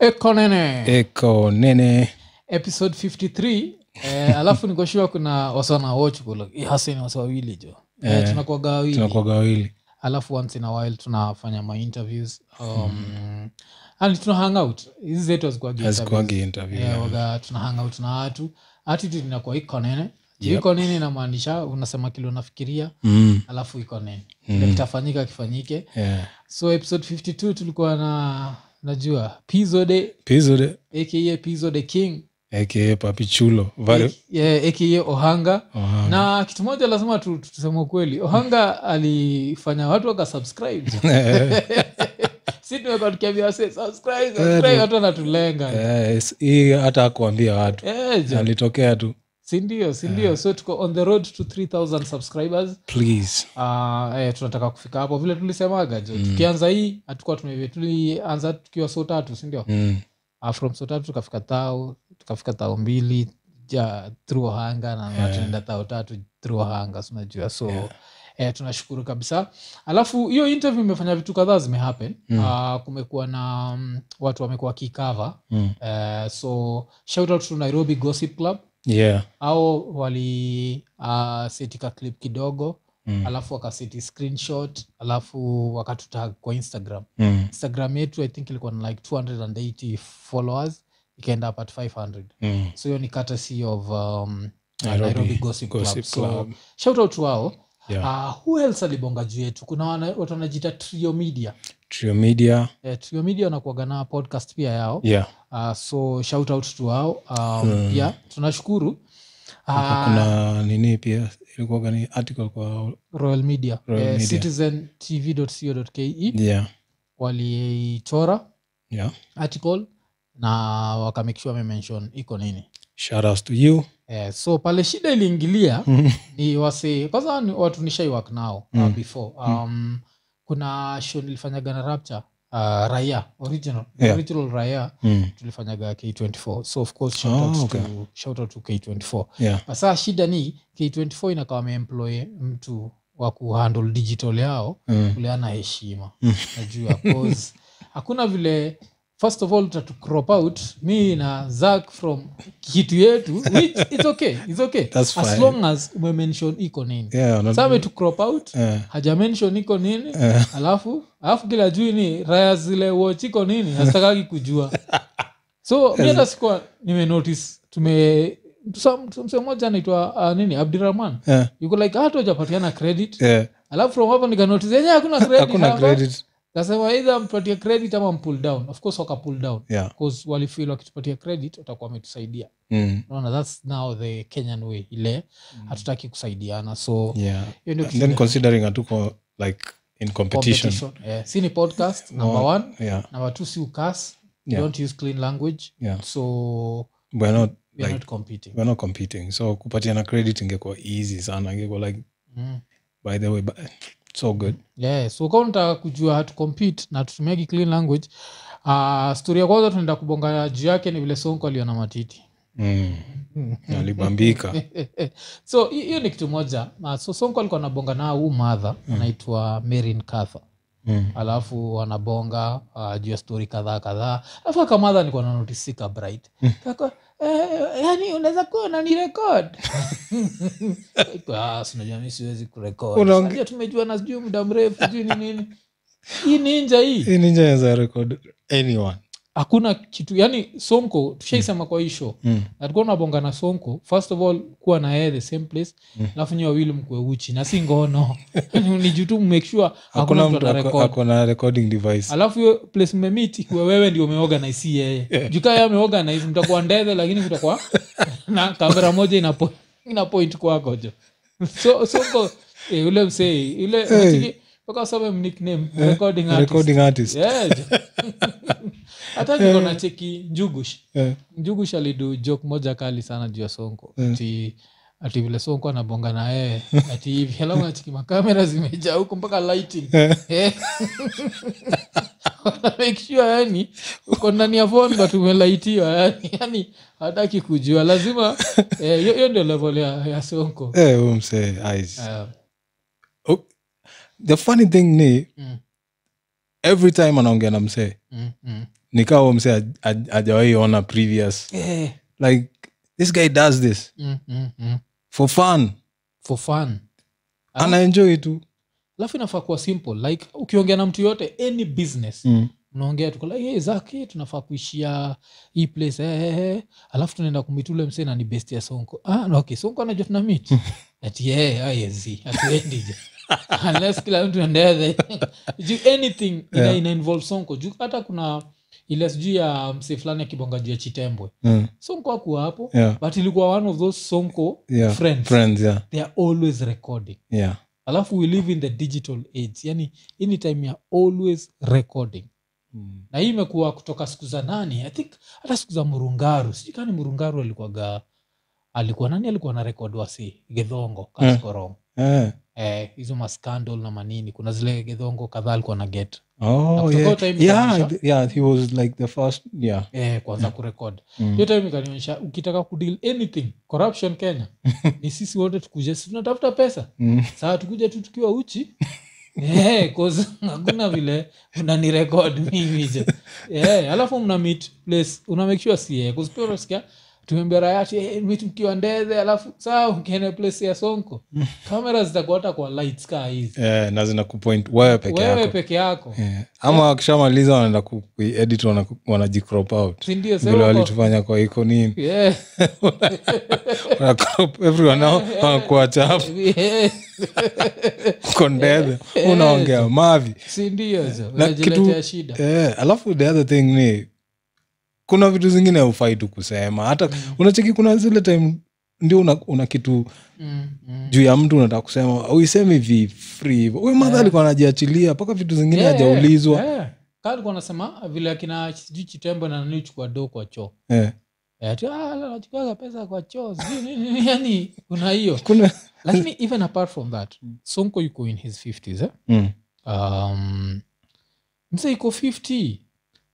eko nene eko nene episode 53 eh, alafu nikoshua kuna wasana watch kula Hii hasa ni wasa wawili jo eh, Eh, tunakuwaga wawili tunakuwaga wawili alafu once in a while tunafanya ma interviews um, and tuna hang out hizi zetu hazikuwaga hazikuagi interview yeah, yeah. Eh, waga tuna hang out na watu attitude inakuwa iko nene yep. iko nene inamaanisha unasema kile unafikiria Mm, alafu iko nene mm. kitafanyika kifanyike yeah. so episode 52 tulikuwa na najua pizode pizode aka pizode king aka papichulo vale Uh-huh. yeah, aka ohanga Ohanga. na kitu moja lazima tu- tu- tuseme ukweli ohanga alifanya watu wakasubscribe si tumekuwa tukiambia wase subscribe, subscribe, watu wanatulenga Eh, s- hii hata akuambia watu Eh, jo. alitokea tu sindio sindio Eh. so tuko on the road to 3000 subscribers please Ah, eh, tunataka kufika hapo vile tulisemaga jo Mm. tukianza hii hatukuwa tume tulianza tukiwa so tatu sindio mm. Ah, from so tatu tukafika tao tukafika tao mbili ja through hanga na yeah. tunaenda tao tatu through hanga sinajua so yeah. Eh, tunashukuru kabisa alafu hiyo interview imefanya vitu kadhaa zimehappen mm. uh, kumekuwa na um, watu wamekuwa wakikava Mm. uh, so shout out to nairobi gossip club yeah au wali uh, setika clip kidogo Mm. alafu wakaseti screenshot alafu wakatutag kwa instagram mm. instagram yetu i think ilikuwa na like 280 followers ikaenda up at 500 Mm. so hiyo ni courtesy of um, Nairobi nairobi gossip, Gossip club, Club. so shout out wao Yeah. Ah, who else alibonga juu yetu kuna wana- watu wanajita trio media Trio media eh, trio media wanakuaga na podcast pia yao yeah Ah, so shout out to wao um, pia tunashukuru Ah, Hapa kuna nini pia ilikuwaga ni article kwa royal media, Royal eh, Media. citizen tv.co.ke yeah waliichora yeah article na wakamekishua wamemention iko nini shout outs to you eh, so pale shida iliingilia Mm. ni wase kwanza ni watu nishaiwak nao mm. uh, before um, kuna show nilifanyaga na rapture uh, raia original Yeah. original raia mm. tulifanyaga k24 so of course shout out, Ah, okay. to, shout out to k24 yeah sasa shida ni k24 inakaa wameemploye mtu wa kuhandle digital yao mm. kuleana heshima najua cause hakuna vile first of all tatu crop out mi na zak from kitu yetu which it's okay, it's okay. That's as fine. long as umemention iko nini yeah not, same tu crop out eh, hajamenshon iko nini alafu alafu kila juu ni raya zile watch iko nini hazitakagi kujua so mi hata sikuwa nimenotice tume some- some- msee mmoja anaitwa ah, nini abdirahman eh, yuko like hata hujapatiana credit eh, alafu from hapo nikanotice yenyewe hakuna credit hakuna hapa. credit kasema either mpatie credit ama mpull down of course waka pull down yeah cause walifeel wakitupatia credit watakuwa wametusaidia mm. naona thats now the kenyan way ile hatutaki kusaidiana so yeah hiyo ndio And then considering hatuko like in competition, competition yeah. si ni podcast number Well, one yeah number two si ukas Yeah. don't use clean language yeah so we're not weare like not competing we're not competing so kupatiana credit ingekuwa easy sana ingekuwa like mm. by the way but so good yeah, so kama unataka kujua hatu compete na tutumiagi clean language uh, stori ya kwanza tunaenda kubonga juu yake ni vile sonko aliona matiti mm. alibambika so hi- hiyo ni kitu moja Na so sonko alikuwa anabonga na huu madha anaitwa marin katha mm. alafu wanabonga uh, juu ya stori kadhaa kadhaa alafu akamadha nikuwa nanotisika bright kako eh, yani unaweza kuwa unanirekod sinajua mi siwezi Unaonge- kurekod tumejua na sijui muda mrefu sijui ni nini hii ninja hii Hii ni njia inaweza record anyone hakuna kitu yani sonko tushaisema kwa hii show mm. alikuwa nabonga na sonko first of all kuwa na yeye the same place Mm. alafu nyi wawili mkue uchi na si ngono ni juu tu make sure hakuna hakuna mtu mtu ako- anarekod ako na recording device alafu hiyo place mmemit ikiwa wewe ndio umeorganize si yeye juu kaa yeye ameorganize mtakuwa ndethe lakini kutakuwa na kamera moja ina po- ina point kwako jo so soko eh, ule msee ule hey. mpaka some nickname recording artist recording artist Yeah, jo. hata niko na cheki njugush Eh, njugush alidu joke moja kali sana juu ya sonko ati ati vile sonko anabonga na yeye ati hivi alafu nachiki makamera zimejaa huko mpaka lighting Eh. Wana make sure yani uko ndani ya phone but umelaitiwa yani yani hataki kujua lazima eh, hiyo hiyo ndio level ya, ya sonko eh, huyu msee eyes Eh, Oh, the funny thing ni mm, every time anaongea na msee mm, mm. nikawa mse ajawai ona previous Eh, like this guy does this mm, mm, mm. for fun for fun Ah. anaenjoy tu alafu inafaa kuwa simple like ukiongea na mtu yote any business Hmm. unaongea tu like, hey, zaki tunafaa kuishia hii place eh, eh, eh. alafu tunaenda kumitule msee na ni best ya sonko ah, no, okay sonko anajua tuna meet ati "Eh, yeah, ayezi atuendi je unless kila mtu endethe juu anything ina, Yeah. ina involve sonko juu hata kuna ile sijui ya msee fulani akibonga juu ya chitembwe Mm. sonko akuwa hapo Yeah. but ilikuwa one of those sonko Yeah. friends. friends yeah they are always recording yeah alafu we live in the digital age yani anytime youare always recording Mm. na hii imekuwa kutoka siku za nani i think hata siku za murungaru sijui kani murungaru alikuwaga alikuwa nani alikuwa na rekod wasi gedhongo Eh. kaskorong Eh. eh, hizo mascandal na manini kuna zile gedhongo kadhaa alikuwa na get Oh, After yeah. all time Yeah, ikaisha. yeah, he was like the first. Yeah. eh, kwanza kurekod Mm. hiyo time ikanionyesha ukitaka kudeal anything corruption kenya ni sisi wote tukuje si tunatafuta pesa Mm. saa tukuja tu tukiwa uchi Eh, 'cause hakuna vile unanirekod mimi je Eh, alafu mna meet place una make sure si yeye. 'Cause pia unasikia tumeambia rayati hey, meet mkiwa ndeze alafu saa ukienda place ya sonko kamera zitakuwa hata kwa lights kaa hizi Eh, na zina kupoint wewe peke wewe yako peke yako Eh. ama wakishamaliza wanaenda ku- kuiedit wanaku- wanajicrop out sindio vile walitufanya kwa ikonini yeah. wanacrop everyone out, wanakuwa chafu yeah. kondethe unaongea mavi sindio zo Na unajiletea kitu- shida eh, alafu the other thing ni kuna vitu zingine haufai tu kusema hata unacheki kuna zile time ndio una, una kitu mm, mm. juu ya mtu unataka kusema uisemi vifri hivo huyu madha alikuwa anajiachilia mpaka vitu zingine Yeah, yeah, hajaulizwa yeah. Kaa alikuwa anasema vile akina sijui chitembo na nani chukua do kwa choo Eh, Eh, ati, "Ah, la, nachukuaga pesa kwa choo sijui nini, nini." yani yaani, kuna hiyo kuna lakini even apart from that sonko yuko in his 50s eh? Mm, um, mse iko 50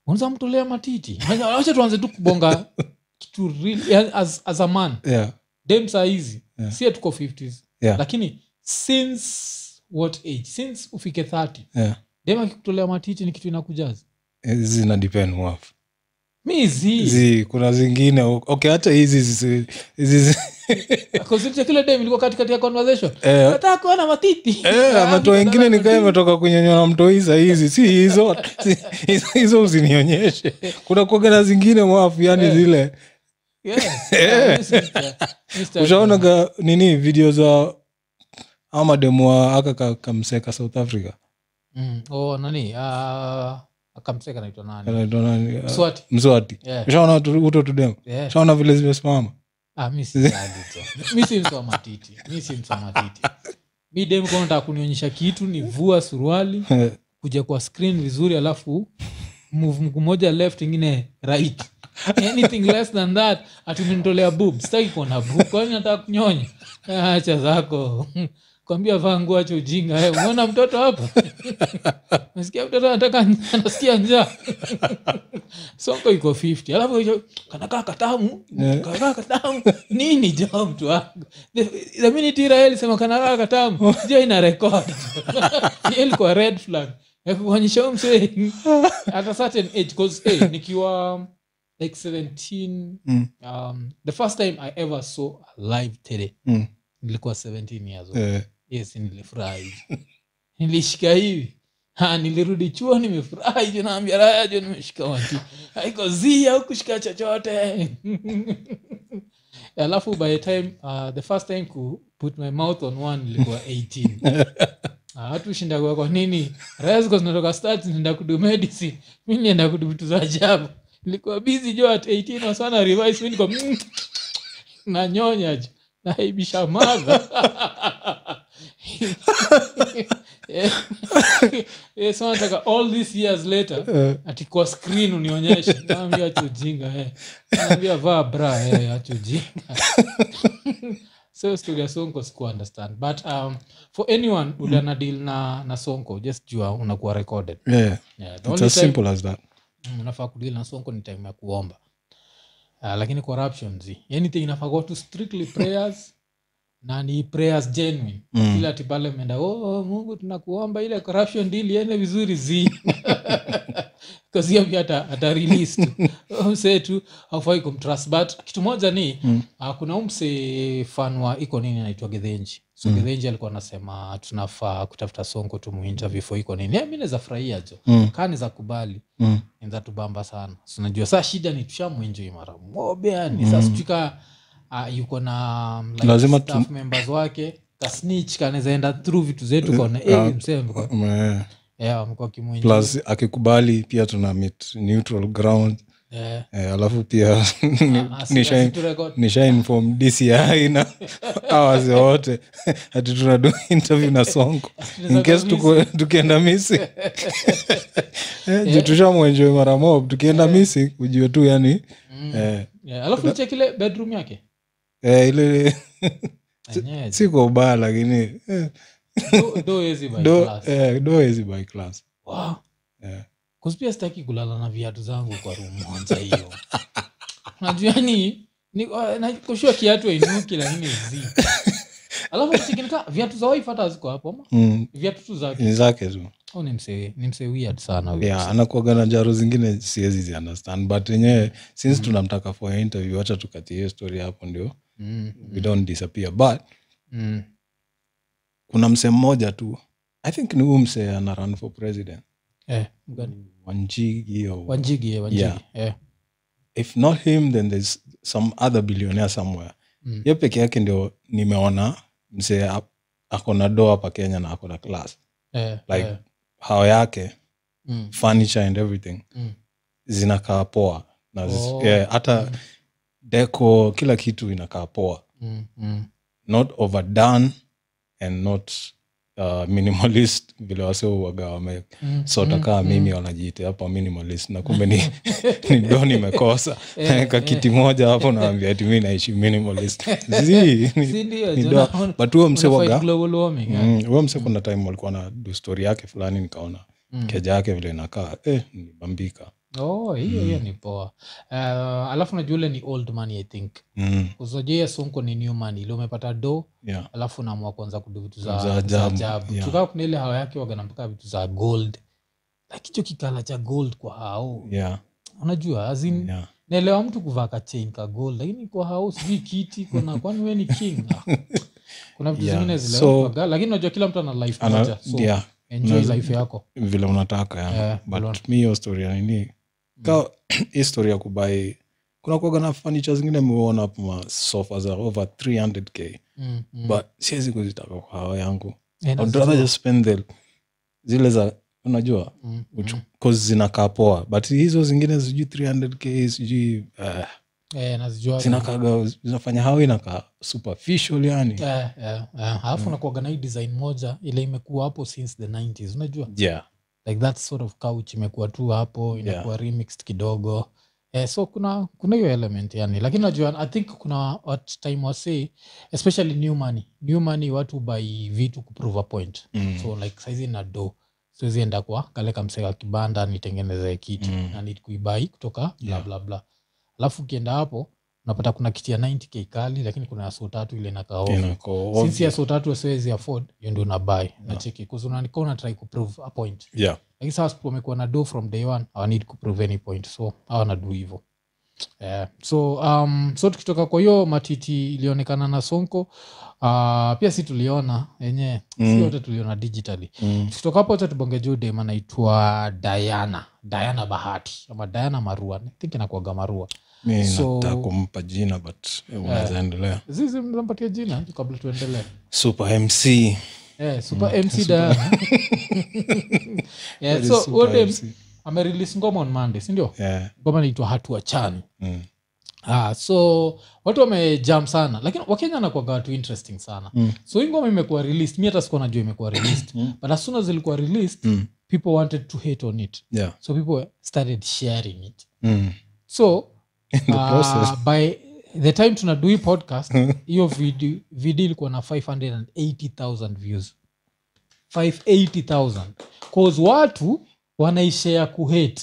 unaweza mtolea matiti wacha tuanze tu kubonga kitu real- yani as, as a man yeah, dem saa hizi Yeah. sie tuko 50s Yeah. lakini since what age since ufike 30 yeah. dem akikutolea matiti ni kitu inakujaza Eh, zina depend wafu. mi zi zi kuna zingine o- okay hata hizi zi- hizi zi- kuzidisha kile dem ilikuwa katikati ya conversation eh, nataka kuona matiti eh, Ah, mato wengine nataka nikae matiti. imetoka kunyonywa na mtoi saa hizi si hizo si- hizo- hizo usinionyeshe kuna kuaga na zingine mwafu yani Eh. zile Yeah. Eh. Ah, this is the- this is the- ushaonaga nini video za amademu wa aka ka- kamseka south africa Mm. Oh, nani ah, akamseka naitwa nani Anaitwa nani? Ah, Mswati. mswati Yeah. ushaona utu- uto tudemu Yeah. ushaona vile zimesimama Ah, mi si sadi tu. Mi si mtu wa matiti mi si mtu wa matiti mi dem kama nataka kunionyesha kitu ni vua suruali Eh, kuja kwa screen vizuri alafu move mguu moja left ingine right anything less than that atumenitolea boob sitaki kuona boob kwani nataka kunyonya Ah, acha zako kwambia vaa nguo acha ujinga wewe unaona mtoto hapa nasikia mtoto anataka anasikia njaa sonko iko 50 alafu hicho kanakaa katamu Yeah. kanakaa katamu nini jo mtu wangu the, the minute ira alisema kanakaa katamu jo ina record hiyo ilikuwa red flag ya kuonyesha huyu msee at a certain age cause hey, nikiwa like 17 mm, um, the first time i ever saw a live tele mm, nilikuwa 17 years old eh, yes nilifurahi nilishika hivi Ha, nilirudi chuo nimefurahi ju naambia raya ju nimeshika wanti haiko zia hukushika chochote alafu by the time uh, the first time ku put my mouth on one ilikuwa 18 Ah, watu shindakua kwa nini raya ziko zinatoka stat zinaenda kudu medicine mi nienda kudu vitu za ajabu nilikuwa busy jo at 18 wasana revise mi niko mm, nanyonya ju naibisha madha Eh, eh, so nataka all these years later eh. ati kwa screen unionyeshe naambia acha ujinga eh. naambia vaa bra eh, acha ujinga so story ya sonko siku understand but um, for Mm. anyone uliana deal na, na sonko just jua unakuwa recorded Yeah. yeah, the It's only as time simple as that. mm, unafaa kudeal na sonko ni time ya kuomba uh, lakini corruption zi anything inafaa kuwa tu strictly prayers na ni prayers genuine Mm. ila ati pale menda oh, oh, mungu tunakuomba ile corruption deal iende vizuri zi kasiavi hata hata released msee tu aufai kumtrust but kitu moja ni Mm. uh, kuna huu msee fan wa iko nini anaitwa gedhenji so Mm. mm. alikuwa anasema tunafaa kutafuta sonko tumuinterview for iko nini Eh, mi naweza furahia jo Mm, kaa niza kubali mm, inatubamba sana sinajua saa shida ni tushamwenjoi mara moja ni saa Mm. sijuika uh, yuko na um, like, Lazima staff members wake kasnich kanawezaenda through vitu zetu kaona Ah, eh, msee amekuwa- mm, eh, amekuwa kimwenjoi." plus akikubali pia tuna meet neutral ground Eh, eh, alafu pia ni- ah, ah, si- nisha- si tu record. nishainform dci na awaze wote ati tunadu interview na sonko Tunaweza incase kuwa tuko- tukienda misi Yeah. jitushamwenjoi mara mob tukienda Yeah. misi ujue tu yani Eh. Mm. eh, Yeah, alafu niche kile bedroom yake eh, ile Enyewe, si kwa ubaya lakini eh, do- do hezi by do class. eh, do is by class Wow. Yeah. 'Cause pia sitaki kulala na viatu zangu kwa room moja hiyo najua ni ni- wa- na- kushua kiatu ainuki lakini zi alafu chikinika viatu za wife hata ziko hapo ama mm, viatu tu zake ni zake tu au ni msee ni msee weird sana huyo yeah, msee. anakuaga na jaro zingine siwezi ziunderstand but wenyewe since tunamtaka for interview hacha tukatie hiyo story hapo ndio Mm, we don't disappear but mm. kuna msee mmoja tu i think ni huu msee ana run for president Eh, mgani? wanjigi or wanjigi eh, wanjigi Yeah. eh. if not him then there's some other billionaire somewhere Mm. ye peke yake ndio nimeona msee ap- ako na do hapa kenya na ako na class Eh, Like- eh. hao yake Mm, furniture and everything mm. zinakaa poa na zi- Oh. yeah, hata Mm. deco kila kitu inakaa poa Mm, mm. not overdone and not uh, minimalist vile wasiowaga wame Mm, sota mm, kaa mm. mimi wanajiita hapa minimalist na kumbe ni, ni do nimekosa Eh, naeka eh. kiti moja hapo naambia ati mi naishi minimalist Zii, ni- Si ndio, ni jo, doa. naona- but huo mse unafight waga global warming, eh. mm, huo mse kuna time walikuwa na do story yake fulani nikaona Mm. keja yake vile inakaa eh, nilibambika Oh, hiyo Mm. hiyo ni poa uh, alafu najua ule ni old money i think mm, kuzojea sonko ni new money ile umepata do yeah. alafu naamua kuanza kudu vitu za Za za ajabu, ajabu yeah. tukaa kuna ile hawa yake waganampaka vitu za gold lakicho kikala cha gold kwa hao Yeah, unajua azin yeah. naelewa mtu kuvaa kachain ka gold lakini kwa hao sijui kiti kuna kwani we ni king Ah, kuna vitu Yeah. zingine So- zile lakini unajua kila mtu ana life moja Ana, so yeah, enjoy Unaweza- life yako vile unataka yeah. Yeah, Mm. lon- but mi hiyo story ya nini ka hii story ya kubai kuna kuaga na fanicha zingine miona hapo masofa za over 300k Mm, mm. but siwezi kuzitaka kwa hao yangu Eh, na I'd rather zile- just spend the zile za unajua Mm, which- mm. 'cause zinakaa poa but hizo zingine sijui 300k sijui eh, Eh, nazijua zinakaga zinafanya hao inakaa superficial yani Eh, eh, eh. Mm. alafu nakuaga na hii design moja ile imekuwa hapo since the 90s unajua yeah like that sort of couch imekuwa tu hapo inakuwa remixed kidogo eh, so kuna kuna hiyo element yani lakini najua i think kuna what time wase especially new money new money watu buy vitu kuprove a point Mm. so like saizi na do siwezi enda kwa kale kamseka kibanda nitengeneze kiti Mm. na need kuibai kutoka bla Yeah. bla bla alafu ukienda hapo unapata kuna kiti ya 90k kali lakini kuna ya so tatu ile inakaa ovyo inakaa since ovyo. ya so tatu asiwezi afford hiyo ndio unabai Yeah. nacheki kuzunanika unatrai kuprove a point yeah lakini sasa siku wamekuwa na do from day one awanid kuprove any point so awanadu hivo Yeah. so um, so tukitoka kwa hiyo matiti ilionekana na sonko uh, pia si tuliona yenyewe Mm. si yote tuliona digitally mm. tukitoka hapo cha tubonge juu dem anaitwa diana diana bahati ama diana marua I think inakuaga marua mi So- nataka kumpa jina but eh, unaweza endelea zizi mnampatia jina kabla tuendelee super mc Mm, Eh, super mc diana yeah, Very so super odem MC. amerelease ngoma on monday sindio Yeah. ngoma inaitwa hatua chani Mm. ah, so watu wamejam sana lakini wakenya nakwaga watu interesting sana Mm. so hii ngoma imekuwa released mi hata sikuwa najua imekuwa released Mm. but as soon as ilikuwa released Mm. people wanted to hate on it Yeah. so people started sharing it Mm. so uh, the process. by the time tunadu hii podcast hiyo video, video ilikuwa na 580000 views 580000 cause watu wanaishare kuhate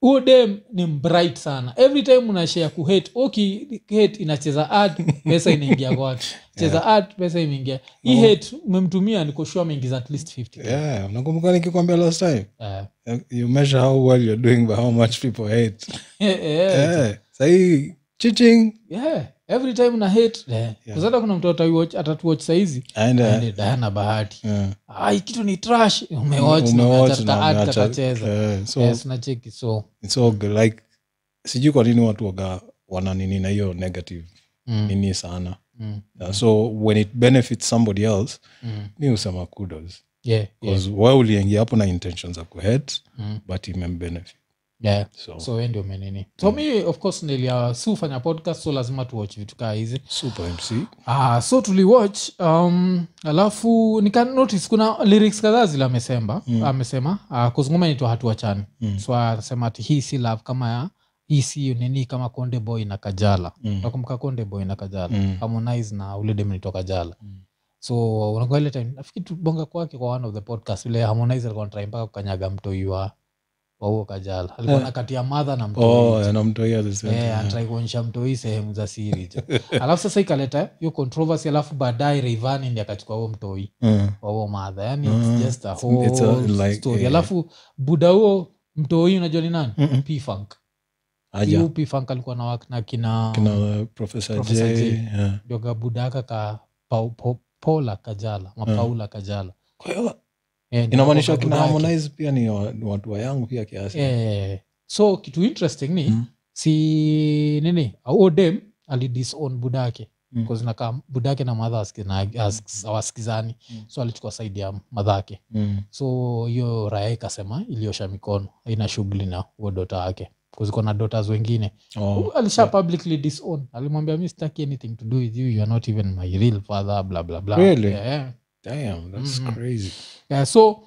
huo dem ni mbright sana every time unashare kuhate oki hate inacheza ad pesa inaingia kwa watu cheza ad pesa imeingia hii Oh. hate umemtumia niko sure ameingiza at least 50 yeah nakumbuka nikikwambia last time Eh. eh, you measure how well you're doing by how much people hate Eh, eh, yeah. sahii chiching yeah. every time una hate yeah. Kuzata kuna mtu ataiwatch- atatuwatch saizi aende Aende dana bahati Yeah. ai kitu ni trash umewatch na umeacha Umewatch eh. Mm, na hata ad umeacha- katacheza Yeah, so yes nacheki so it's all good. like sijui kwa nini watu waga wana nini na hiyo negative mm, nini sana mm, Uh, so when it benefits somebody else mm. mi husema kudos yeah, yeah, 'Cause wewe uliingia hapo na intentions za kuhet mm, but imembenefit yeah. so, so we ndio menini Mm. so mi of course nilia si ufanya podcast so lazima tuwatch vitu kaa hizi super mc ah so tuliwatch um, alafu nikanotice kuna lyrics kadhaa zile amesemba Mm. amesema uh, kuzunguma nitwa hatuachani Mm. so ah, anasema ati hii si love kama ya hii si nini kama konde boy na kajala Mm. nakumbuka konde boy na kajala Mm. harmonize na ule dem nitoka jala Mm. so unakuwa ile time nafikiri tubonga kwake kwa one of the podcast ile harmonize alikuwa anatry mpaka kukanyaga mtoi wa wa huo kajala alikuwa Eh. na kati ya madha na mtoi oh anamtoia at the same Eh, time. anatrai kuonyesha mtoi sehemu za siri jo. alafu sasa ikaleta hiyo controversy alahuo baadaye reivani ndi akachukua huo mtoi Mm. wa huo madha yani Mm. it's just a It's a- whole like, story eh. alafu buda huo mtoi unajua ni nani Mm-mm. P-Funk. aja Huyu P-Funk alikuwa na wak- na kina kina uh, professor j Professor J. yeah. joga budaka ka pa, po, pola kajala mapaula kajala kwa hiyo Eh, ndio Mm. inamaanisha joga kina budaki. harmonize pia ni wa- ni watu wa yangu pia kiasi Eh, so kitu interesting ni Mm. si nini odem alidisown budake Mm. kuzinakaa budake na madha awasikizani Mm. so alichukua saidi ya madhake Mm. so hiyo raya ikasema iliosha mikono ina shughuli na huo dota wake kuziko na dotas wengine Oh. alisha publicly disown alimwambia mi sitaki anything to do with you you are not even my real father bla bla bla Really? yeah. Damn, that's Mm-mm. crazy. yeah, so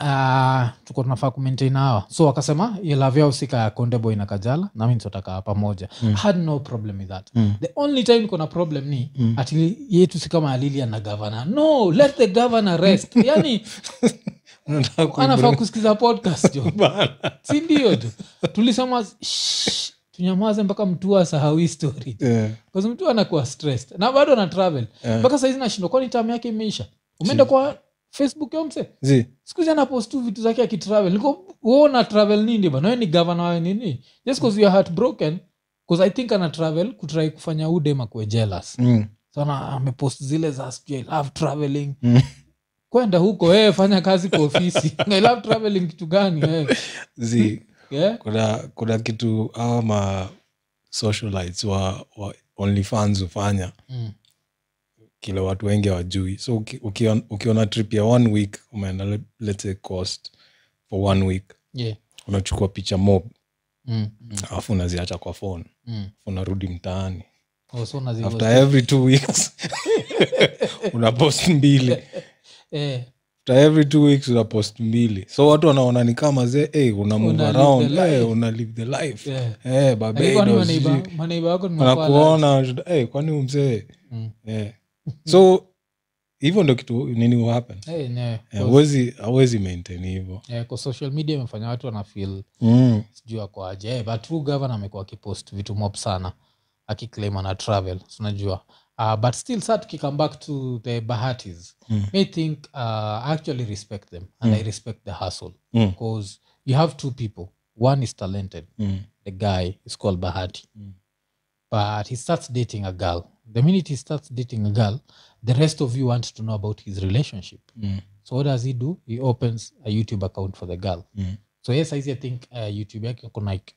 uh, tuko tunafaa kumaintain hawa so wakasema lavyao sika ya kondeboy na kajala nami nitotaka pamoja Mm. I had no problem with that Mm. the only time niko na problem ni Mm. ati yetu si kama alilia na gavana no let the governor rest yani Unataka kuibring- anafaa kusikiza podcast jo Bana. sindio tu tulisema "Shh, tunyamaze mpaka mtu asahau hii story Yeah, Kwa sababu mtu anakuwa stressed na bado ana travel yeah. mpaka saizi nashindwa kwani tam yake imeisha umeenda kwa facebook yomse Zi, sikuzi anapost tu vitu zake akitravel niko uona travel nini bana wewe ni gavana wawe nini just cause you are heartbroken cause i think ana travel kutrai kufanya udem akuwe jealous mm. sana amepost zile za sijui, i love traveling Mm. kwenda huko eh, fanya kazi kwa ofisi i love traveling kitu gani eh. Zi, yeah? kuna kuna kitu hawa ma socialites wa, wa onlyfans hufanya mm. kila watu wengi hawajui so uki- ukion- ukiona trip ya one week umeenda le- let's say cost for one week yeah. unachukua picha mob mm. mm. alafu unaziacha kwa phone mm. unarudi mtaani Oh, so unazi- after every two weeks una post mbili eh, after every two weeks una post mbili so watu wanaona ni kama ze hey, una move Una live around the hey, life." una live the life yeah. hey, Lakini kwani Barbados, maneiba sijui. maneiba wako ni makwala? wanakuona should- hey, kwani umzee Mm. yeah. so hivyo ndo kitu nini huhappen Eh, yeah. Yeah, huwezi hawezi maintain hivyo Eh, kwa social media imefanya watu wanafil mm. sijui ako aje Eh, but huyu gavana amekuwa akipost vitu mob sana akiclaim ana travel si unajua uh, but still sa tukicome back to the bahatis Mm. i think uh, I actually respect them and i respect the hustle Mm. because you have two people one is talented Mm. the guy is called bahati Mm. but he starts dating a girl the minute he starts dating a girl the rest of you want to know about his relationship Mm. so what does he do he opens a youtube account for the girl Mm. so yes i, see, I think uh, youtube yake iko na like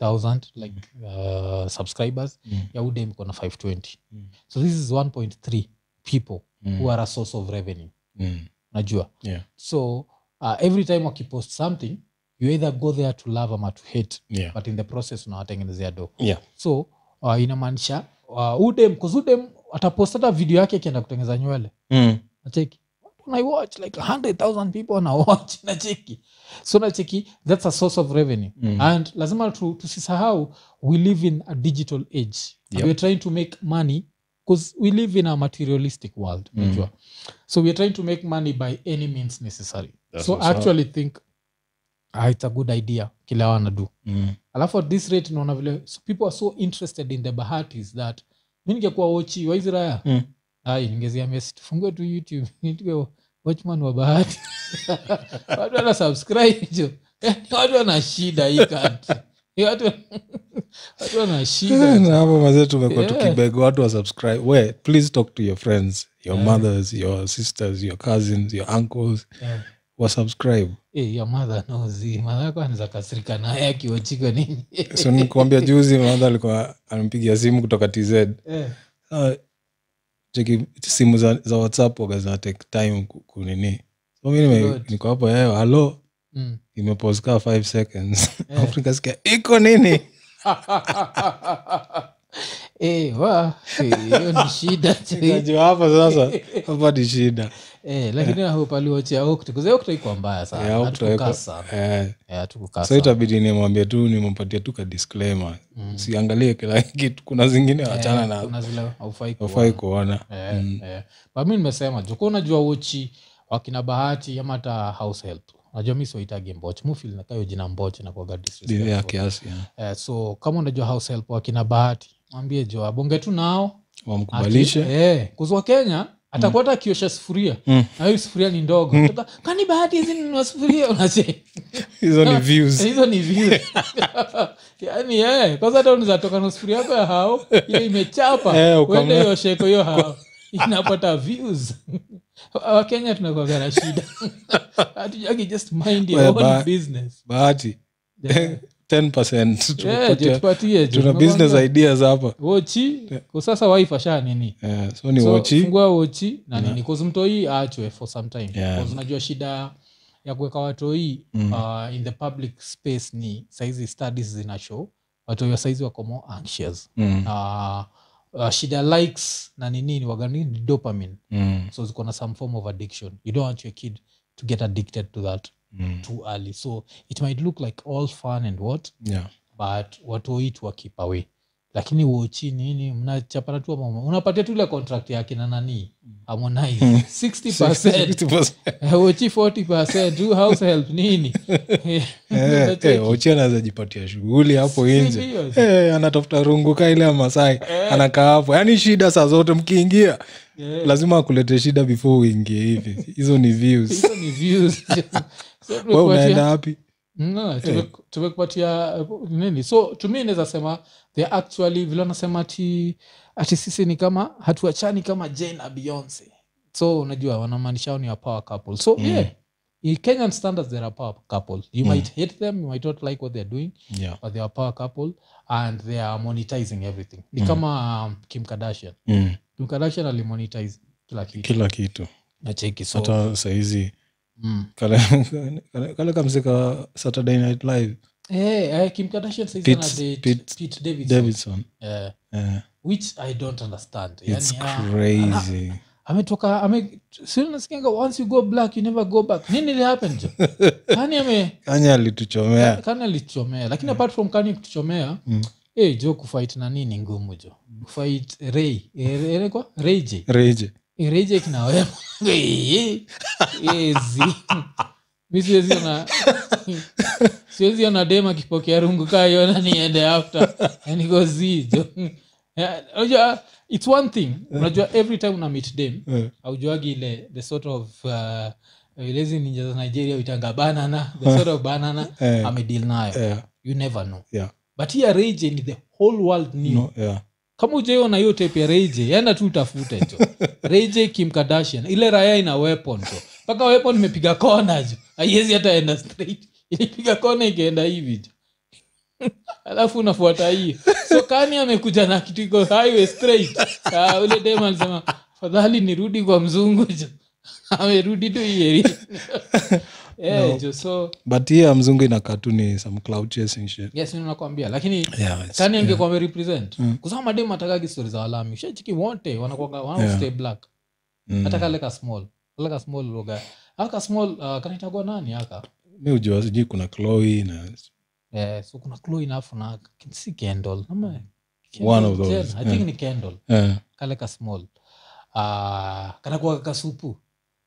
880000 like uh, subscribers Mm. ya udem iko na 520 Mm. so this is 1.3 people Mm. who are a source of revenue Mm. najua Yeah. so uh, every time wakipost something you either go there to love ama to hate Yeah. but in the process unawatengenezea do Yeah. so uh, inamaanisha uh, udem kuzudem atapost hata video yake akienda kutengeneza nywele Mm. nacheki unaiwatch like 100000 people wanawatch nacheki so nacheki that's a source of revenue Mm. and lazima tu- tusisahau we live in a digital age Yep. and weare trying to make money because we live in a materialistic world Mm. unajua. so weare trying to make money by any means necessary That's so what's i actually think ah, it's a good idea kila wanadu Mm. alafu at this rate naona vile so people are so interested in the bahatis that mi ningekuwa wochi waizraya Mm. ai ningeziambia situfungue tu youtube nitue watchman wa bahati watu wana subscribe jo Yaani watu wana shida hii country. Ni watu watu wana shida Na hapo mazee tumekuwa Yeah. tukibega watu wa subscribe we please talk to your friends your Yeah. mothers your sisters your cousins your uncles Yeah. wasubscribe Eh, ya madha nozi madha yako anaweza kasirika naye akiwachika nini so nikuambia juzi madha alikuwa anampigia simu kutoka tz Eh, Ah, cheki simu za, za whatsapp waga zina take time ku- kunini so mi nime- Kuload. niko hapo eh, yeo halo mm. imepozkaa 5 seconds Eh. afrika sikia iko nini Eh, wa, eh, hiyo ni shida chei najua hapa sasa hapa ni shida Eh, lakini ahopaliwachia oktkuzoktaikwa mbaya Eh, sana Okta Ah, hatukukaa iko- sana eh, Eh, hatukukaa so sana. itabidi nimwambie tu nimempatia tu ka disclaimer siangalie kila kitu kuna zingine wachana Mm. Eh, na kuna zile haufai kuona. ufai kuona Eh, eh. But mi nimesema juku unajua wochi wakina bahati ama hata house help najua mi soitagi mboch mufil nakayo jina mboch nakwaga Ndio ya kiasi yeah. eh, so kama unajua house help wakina bahati mwambie jo abonge tu nao wamkubalishe Aki- eh, kuzwa kenya atakuwa hata akiosha sufuria Mm. na hiyo sufuria ni ndogo Kutoka, kwani bahati hizi ninunua sufuria unache eh, hizo ni views hizo ni vile yani eh, kwanza hata unizatoka na sufuri yako ya hao ile imechapa Eh, ukamna- uende iosheko hiyo hao inapata views wakenya tunakuaga na shida hatujagi just mind your Well, own ba- business bahati Yeah. 10% Eh, je, tumepatia- tupatie je, tuna tumekwambia, business ideas hapa wochi kwa sasa waifasha nini Eh, so ni So, wachi fungua wochi na nini cause mtoi aachwe for some time Yeah. Cause unajua shida ya kuweka watoi Mm. uh, in the public space ni saizi studies zina show watoi wa saizi wako more anxious Mm, uh, uh, shida ya likes na ninini wagani ni dopamine mm, so ziko na some form of addiction you don't want your kid to get addicted to that mm. too early so it might look like all fun and what Yeah. but watoitu wakipawe lakini wochi nini mnachapana tu mama unapatia tu ile contract yake na nani harmonize 60% 60%. wochi 40% tu house help nini Eh, Eh, unacheki. eh, Ochi anaweza jipatia shughuli hapo Si nje ndio? Eh, anatafuta runguka ile ya masai Eh. anakaa hapo yaani shida saa zote mkiingia Eh, lazima akulete shida before uingie hivi hizo ni views hizo ni views So, we tumekupatia- unaenda Eh. wapi No, tumeku- tumekupatia uh, nini so to me naweza sema they actually vile wanasema ati ati sisi ni kama hatuachani kama jane na beyonce so unajua wanamaanisha hao ni a power couple so Mm. yeah in kenyan standards they're a power couple you might hate them you might not like what they're doing yeah. but they're a power couple and they are monetizing everything ni Mm. kama um, kim kardashian mm. kim kardashian alimonetize kila kitu kila kitu nacheki so hata sahizi mm. kale, kale, kale kamsika saturday night live hey, uh, kim kardashian says Pete- anadate Pete Pete davidson, davidson Eh. eh, which i don't understand it's Yani, ah, crazy ametoka ame si unasikianga once you go black you never go back nini li happen jo kani ame kanya alituchomea kani alichomea lakini apart from kani kutuchomea Mm. eh, jo kufight na nini ngumu jo kufight ray Eh, Ray- Ray kwa ray j reje Eh, ray j kinawema Eh, ezi mi siwezi ona siwezi ona dem akipokea rungu kaa iona niende after Yani go see jo Eh, unajua it's one thing unajua every time una meet dem Eh. aujuagi ile the sort of uh, ilezi ninja za nigeria uitanga banana the sort of banana Eh. amedeal nayo yeah. you never know Yeah. but hiya reje ni the whole world knew No, yeah. kama ujaiona hiyo tape ya reje yenda tu utafute jo reje kim kardashian ile raya ina weapon jo mpaka weapon imepiga kona jo haiwezi hata enda straight ilipiga kona ikaenda hivi jo alafu unafuata hiyo so kani amekuja na kitu iko highway straight uh, ule dem alisema fadhali nirudi kwa mzungu jo amerudi tu hieri eh, No. jo so but hii ya mzungu inakaa tu ni some cloud chasing shit yes mimi nakwambia lakini yeah, Mm. it's- kani angekuwa amerepresent kusema mademu atakagi stori za walami ushachiki wote wanakwanga Yeah. wanastay black Mm. hata kale ka small kale ka small loga aka small uh, kanitagwa nani aka mi ujua sijui kuna chloe na eh, so kuna clo inafu na si kendall ama One Kendall of those, Jenner, I think ni kendall eh, Ah, kale ka small uh, kanakuwa kakasupu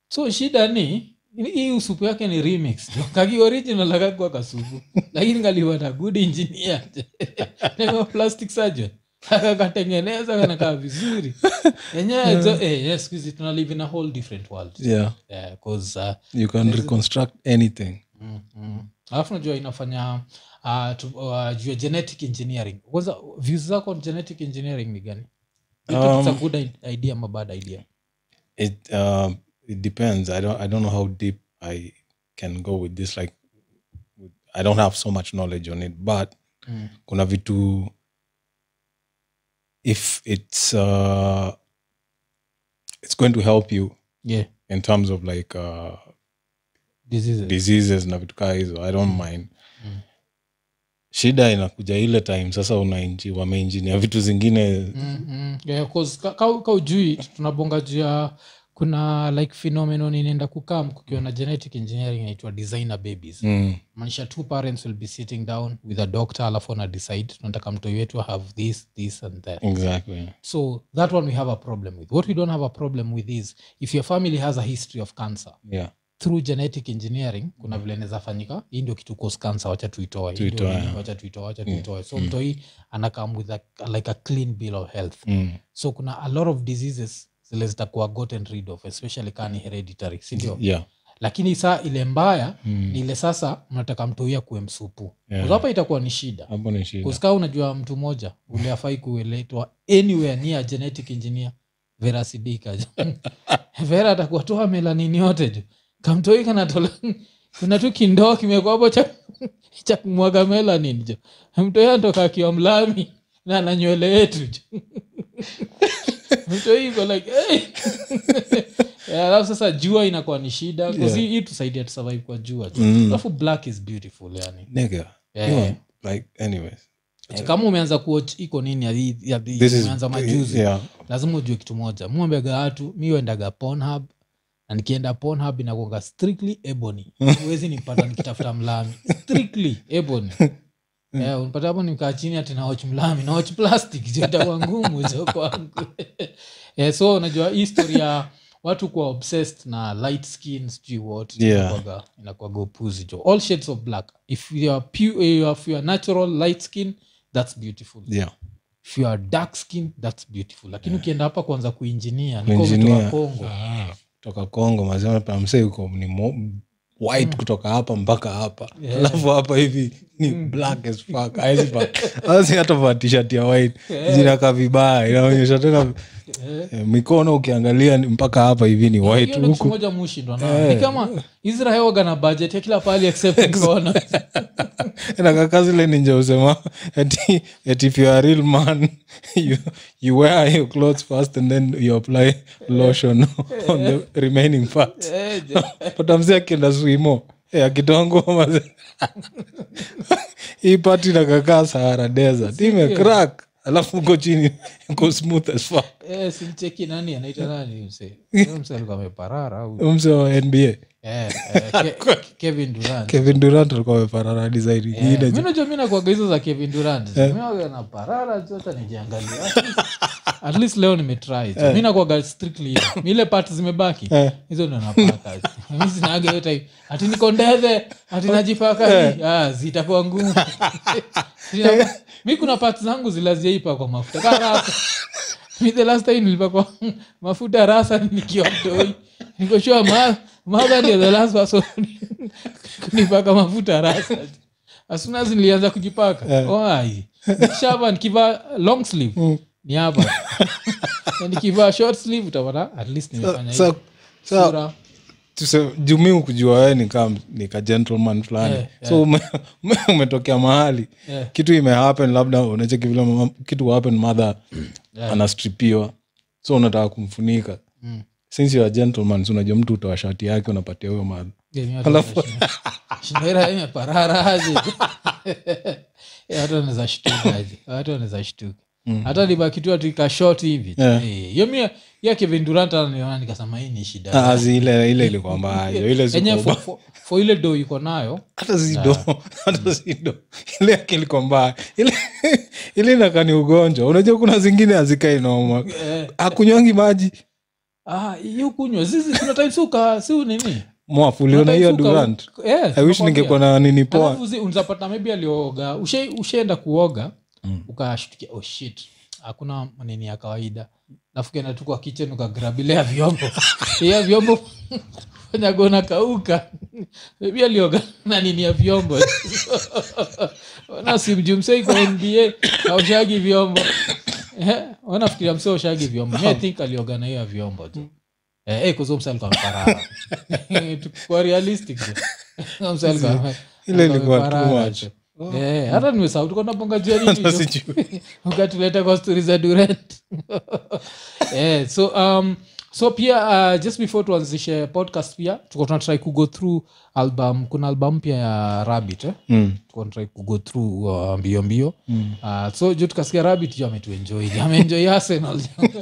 so shida ni Ni- hii supu yake ni remix kaki original akakua kasupu lakini kalipata good engineer Nema plastic surgeon akakatengeneza kanakaa vizuri yenyewe zo- eh, yes, siku hizi tunalive in a whole different world yeah yeah, 'cause, uh, you can reconstruct anything mm, mm. alafu najua inafanya uh, tu, uh, juu ya genetic engineering kwanza views zako on genetic engineering ni gani You think it's a Um, good i- idea ama bad idea it um it depends i don't i don't know how deep i can go with this like with, i don't have so much knowledge on it but mm. kuna vitu if it's uh it's going to help you yeah in terms of like uh diseases diseases na vitu kaa hizo i don't mind Mm. shida inakuja ile time sasa unainji wameinjinia vitu zingine Mm, mm. Yeah, 'cause ka- ka- ka ujui tunabonga juu ya kuna like phenomenon inaenda kukam kukiwa na genetic engineering inaitwa designer babies mm. maanisha two parents will be sitting down with a doctor alafu wana decide tunataka mtoi wetu have this this and that exactly so that one we have a problem with what we don't have a problem with is if your family has a history of cancer yeah through genetic engineering kuna vile inaweza fanyika hii ndio kitu cause cancer wacha tuitoe hii ndio Tuitoe. nini, wacha tuitoe wacha Mm. tuitoe so Mm. mtoi anakam with a, like a clean bill of health mm. so kuna a lot of diseases zile zitakuwa gotten rid of especially kaa ni hereditary sindio yeah lakini saa ile mbaya ni mm. ile sasa mnataka mtoia kuwe msupu Yeah. yeah. hapa itakuwa ni shida hapo ni shida kusika unajua mtu mmoja ule afai kueletwa anywhere near genetic engineer vera sidika vera atakuwa tu amela nini yote tu kamtoi kanatola kuna tu kindoo kimekwapo cha, cha kumwaga melanin jo mtoi anatoka akiwa mlami na na nywele yetu jo mtoi iko like hey! Yeah, alafu sasa jua inakuwa ni shida 'cause Yeah. hii hii tusaidia tusurvive kwa jua tu. mm. alafu black is beautiful yani nigga Yeah. you know, like anyways Eh, kama umeanza kuwatch iko nini ya hii- ya hii- this is umeanza majuzi yeah lazima ujue kitu moja mwambega watu mi uendaga Pornhub, na nikienda Pornhub inakuanga strictly ebony huwezi nipata nikitafuta mlami strictly ebony Eh, unipata hapo nikaa chini ati naoch mlami naoch plastic jo itakuwa ngumu jo kwangu eh, so unajua hii story ya watu kuwa obsessed na light skin sijui what Yeah. inakuwaga- inakuwaga upuzi jo all shades of black if you are, pu- eh, if you are natural light skin that's beautiful yeah if you are dark skin that's beautiful lakini ukienda hapa kuanza kuinjinia Kuengineer. nikutoka kongo Ah, kutoka kongo mazima pa msee uko ni mo, white kutoka hapa mpaka hapa Mm. Yeah. Mm. alafu hapa hivi ni black as fuck Haezi pa- haezi hata vaa t-shirt ya white Yeah. zinaka vibaya inaonyesha tena Eh. eh, mikono ukiangalia ni mpaka hapa hivi ni Hiyo white ndio kitu huku moja mushindwa Eh. nayo. ni kama israel waga na budget ya kila pahali except mikono nakakazile ninja usema ati ati if you are a real man you, you wear your clothes first and then you apply lotion on the remaining parts Eh, je. pata mzee akienda swimo eh, akitongo maze hii pati nakakaa sahara desert imecrack alafu uko chini uko smooth as fuck Eh, simcheki nani anaita nani mse Huyo mse alikuwa ameparara au Huyo mzee wa nba Eh, eh, Ke- kevin durant kevin durant alikuwa amefanana design ingine mi najua mi nakuaga hizo za kevin durant Mi huwaga na parara tu hata nijiangalia At least- at least leo nimetry tu. mi nakuaga strictly hivo. Mi ile part zimebaki hizo ndo napaka mi zinaaga hiyo type ati niko ndethe ati najipaka hii ah, zitakuwa ngumu Zina- mi kuna part zangu zilazijaipa kwa mafuta Kaa rasa mi the last time nilipakwa mafuta rasa nikiwa mtoi nikoshua ma, madha ndio the last person kunipaka mafuta rasa as soon as nilianza kujipaka Eh. wai nikishava nikivaa long sleeve Mm. ni hapa Na nikivaa short sleeve utapata at least nimefanya Sa- hivi. sa- Sura. tuseme jumi ukujua wee nika, nika gentleman fulani Yeah, so ume, ume, umetokea mahali Yeah. kitu imehappen labda unacheki vile mama- kitu happen mother Yeah. anastripiwa so unataka kumfunika Eh. Mm. since you are gentleman so unajua mtu utoa shati yake unapatia huyo madha Yeah, mi watu Alafu- wanashinda- shindaira imeparara aje. Eh, watu wanaweza shtuka aje. Watu wanaweza shtuka. Mm. hata libakitua tikashot hivi Yeah. Eh, hiyo mia ya kevin durant ananiona nikasema hii ni shida Ah, zi- ile ile ilikuwa mbaya Ah, ile siku- enye fo, fo, fo ile do iko nayo hata zido hata zido ile yake ilikuwa mbaya ile ile inakaa ni ugonjwa unajua kuna zingine hazikai noma eh, akunywangi maji ah, hiyo kunywa zizi kuna time si uka si nini mwaf uliona hiyo Unataka durant uka- yeah, i wish nakwambia. ningekuwa na nini poa Alafu zi- unawezapata maybe alioga ushe- ushaenda kuoga ukashtukia oh shit hakuna manini ya kawaida alafu ukaenda tu kwa kitchen ukagrabilea vyombo ya vyombo nyagona kauka maybe alioga na nini ya vyombo ona simju msei kwa nba aushagi vyombo Eh, ona fikiria msee ushagi vyombo mi I think alioga na hiyo ya vyombo tu Eh, eh, kuzua msee alikuwa ameparara. Tukuwa realistic tu. Msee alikuwa ame- Ile ilikuwa alikuwa too ameparara much. tu. Eh, hata nimesahau tuko naponga jua nini Hata tu. sijui. ukatuleta kwa stori za durant yeah, so um, so pia uh, just before tuanzishe podcast pia tuko tunatrai kugo through album kuna album mpya ya rabbit eh? Mm. tuko tunatrai kugo through uh, mbio mbio uh, so juu tukasikia rabbit ju ametuenjoi ameenjoi arsenal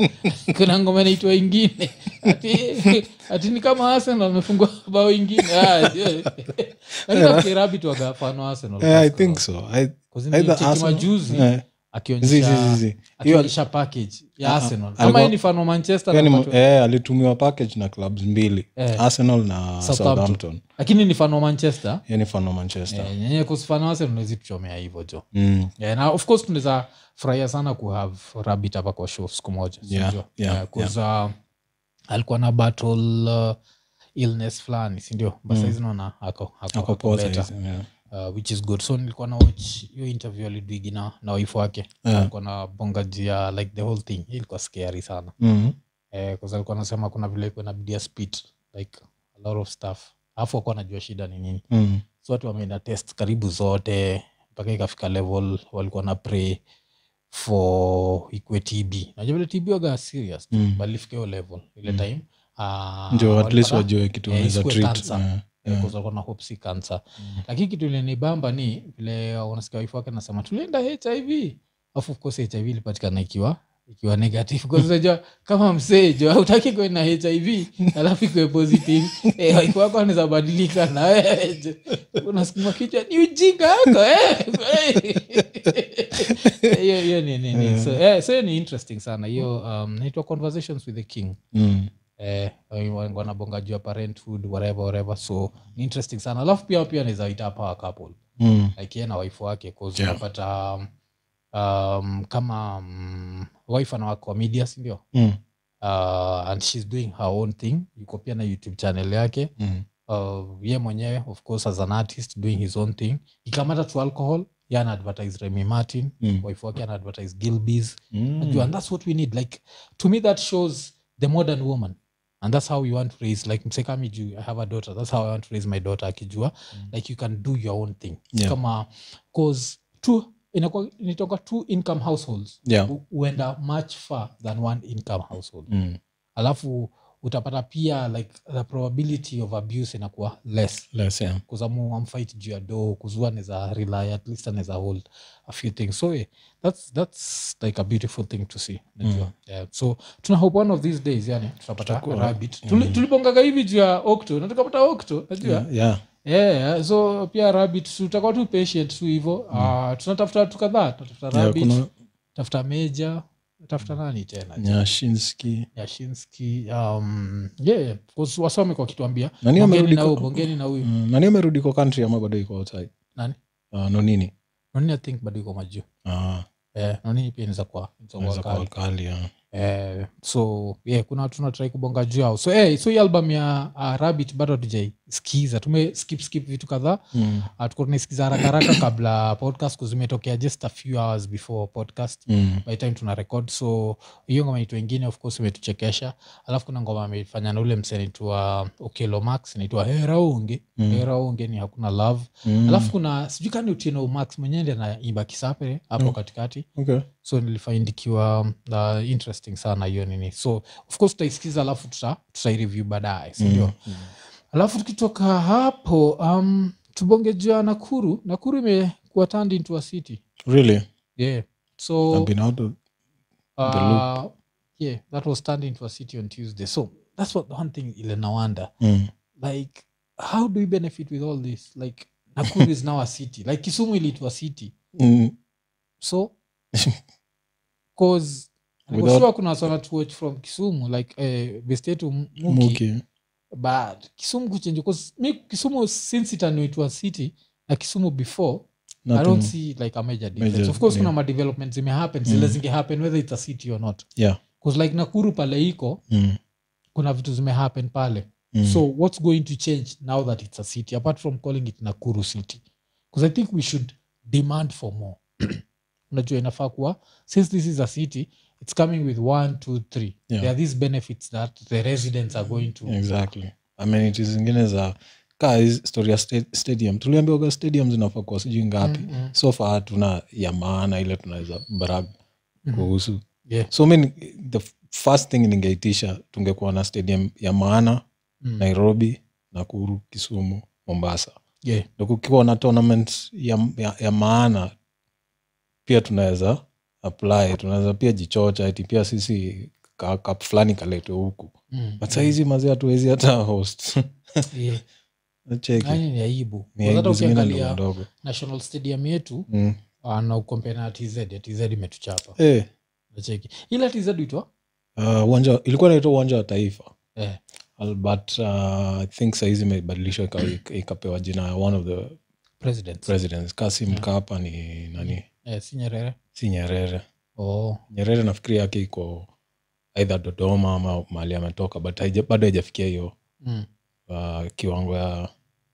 kuna ngoma naitwa ingine ati, ati ni kama arsenal amefungwa bao ingine Ah, yeah. lakini nafikiri rabbit wagafano arsenal Eh, i think so I- either Arsenal- majuzi Eh, zi- zi- zi- akionyesha zi. Hiyo al- akionyesha package ya arsenal kama alikuwa- yeye ni fan wa manchester yani, anapatiwa- eh, alitumiwa package na clubs mbili arsenal na southampton lakini ni fan wa manchester yani fan wa manchester Eh, nyenye kusifan arsenal unawezi tuchomea hivyo jo Mm. yeah, na of course tunaweza furahia sana kuhave rabbit hapa kwa show siku moja si Yeah, ndio? yeah, Eh, 'cause, uh, alikuwa na battle uh, illness fulani sindio basaizi naona ako ako- Mm. Ako ako poa better. saizi, yeah. uh, which is good so nilikuwa na watch hiyo interview alidwigi na na waifu wake Yeah. alikuwa na bonga juu ya like the whole thing Hii ilikuwa scary sana Mm. eh, 'cause alikuwa anasema kuna vile ilikuwa inabidia spit like a lot of stuff alafu akuwa anajua shida ni nini Mm. so watu wameenda test karibu zote mpaka ikafika level walikuwa na pray for ikwe tb najua vile tb waga serious Mm. balifika hiyo level ile time ah, ndio at least walipata- wajue kitu eh, wanaweza isikuwe treat cancer. Yeah, Eh, yeah. 'cause walikuwa na hope si cancer lakini kitu ilinibamba ni vile unasikia wifu wake anasema tulienda hiv afu of course hiv ilipatikana ikiwa ikiwa negative Kwa sababu unajua, kama msee jo hautaki kuwe na hiv alafu ikuwe positive Eh, wifu wako anaweza badilika na wewe jo. unasukuma kichwa ni ujinga wako eh, eh. hiyo hiyo ni nini so eh, so hiyo ni interesting sana hiyo um, naitwa conversations with the king Mm. eh, wan- wanabonga juu ya parenthood whatever whatever so ni interesting sana alafu pia pia nizaita power couple Mm. like yeye na wife wake cause Yeah. unapata um, um, kama um, wife anawaka wa media sindio Mm. uh, and she's doing her own thing yuko pia na youtube channel yake Mm. uh, ye mwenyewe of course as an artist doing his own thing ikamata tu alcohol ye ana advertise remy martin Mm. wife wake ana advertise gilbis Mm. mm. and that's what we need like to me that shows the modern woman and that's how we want to raise like msekami juu i have a daughter that's how i want to raise my daughter akijua Mm. like you can do your own thing Yeah. kama cause two inakuwa inatoka two income households Yeah. hu- huenda much far than one income household Mm. alafu utapata pia like the probability of abuse inakuwa less Less, yeah. kuzamuamfight juu ya do kuzua neza rely at least anaweza hold a few things so eh, that's, that's like a beautiful thing to see najua yeah. so tuna hope one of these days yani tutapata Mm. Tutakuwa- Mm. rabbit Tuli, tulipongaga hivi juu ya okto na tukapata okto najua yeah. Mm, Yeah. Yeah, so pia rabbit tutakuwa tu patient tu hivo mm. uh, tunatafuta watu kadhaa tunatafuta Yeah, rabbit kuna- Mm. tafuta meja tafuta nani tena Nyashinsky. yashinski um, yeah, of course wasome kwa kituambia Nani bongeni amerudi na kwa- huyu bongeni na huyu Mm. nani amerudi kwa country ama bado iko outside nani Ah, nonini nanini i think bado iko majuu Ah, eh, nanini pia inaweza kuwa inaweza kuwa inaweza kuwa kali. kali, yeah. eh, so yeah, kuna watu natrai kubonga juu yao so eh, so hii album ya uh, rabbit bado hatujaisikiza tume skip skip vitu kadhaa Mm. uh, tuko tunaisikiza haraka haraka kabla podcast kuzimetokea just a few hours before podcast Mm. by the time tuna record so hiyo ngoma nitu wengine of course imetuchekesha alafu kuna ngoma amefanya na ule mse naitwa okelo max naitwa heraunge mm. heraunge ni hakuna love Mm. alafu kuna sijui kani utino max mwenyewe ndi anaimba kisapere hapo Mm. katikati Okay. so nilifaindikiwa uh, interesting sana hiyo nini so of course tutaisikiza alafu tuta, tutaireview baadaye sindio Mm. alafu tukitoka hapo um, tubonge juu ya nakuru nakuru imekuwa turned into a city Really? yeah so I've been out of- the uh, yeah that was turned into a city on tuesday so that's what one thing ile nawanda Mm. like how do we benefit with all this like nakuru is now a city like kisumu ilitwa city Mm. so cause Without- sure kuna sana to watch from kisumu like eh, bestetu M- muki Muki. but kisumu kuchange mi kisumu since itanoitwa city na kisumu before i don't Nothing- see like a major difference Major, of course yeah. Mm. kuna madevelopment zimehappen zile zingehappen whether its a city or not yeah. bcause like nakuru pale iko Mm, kuna vitu zimehappen pale mm. so what's going to change now that it's a city apart from calling it nakuru city bcause i think we should demand for more unajua inafaa kuwa since this is a city it's coming with one two three Yeah. there are these benefits that the residents are going to exactly amenities zingine za kaa hizi story ya sta- stadium tuliambiwaga stadium zinafaa kuwa sijui ngapi Mm, mm. so far hatuna ya maana ile tunaweza brag Mhm. kuhusu Yeah. so mi ni- the f- first thing ningeitisha tungekuwa na stadium ya maana Mm. nairobi nakuru kisumu mombasa Yeah. Ndio kukiwa na tournament ya, ya, ya maana pia tunaweza apply tunaweza pia jichocha ati pia sisi ka- cup fulani kaletwe huku Mm. but sahizi mazi hatuwezi hata host Yeah. Cheki. Yaani ni aibu Ni Kwa hata aibu zingine ukiangalia ndogo ndogo. national stadium yetu Mm. uh, na ukompea na tz ya tz imetuchapa Eh, nacheki ila tz uitwa uh, uwanja wa- ilikuwa naitwa uwanja wa taifa eh. but uh, i think sahizi imebadilishwa ika- ika- ikapewa jina ya one of the president presidents kasi Mm. mkapa ni nani eh, si nyerere si nyerere oh. nyerere nafikiri yake iko aidha dodoma ama mahali ametoka but haija- bado haijafikia hiyo Mm. uh, kiwango ya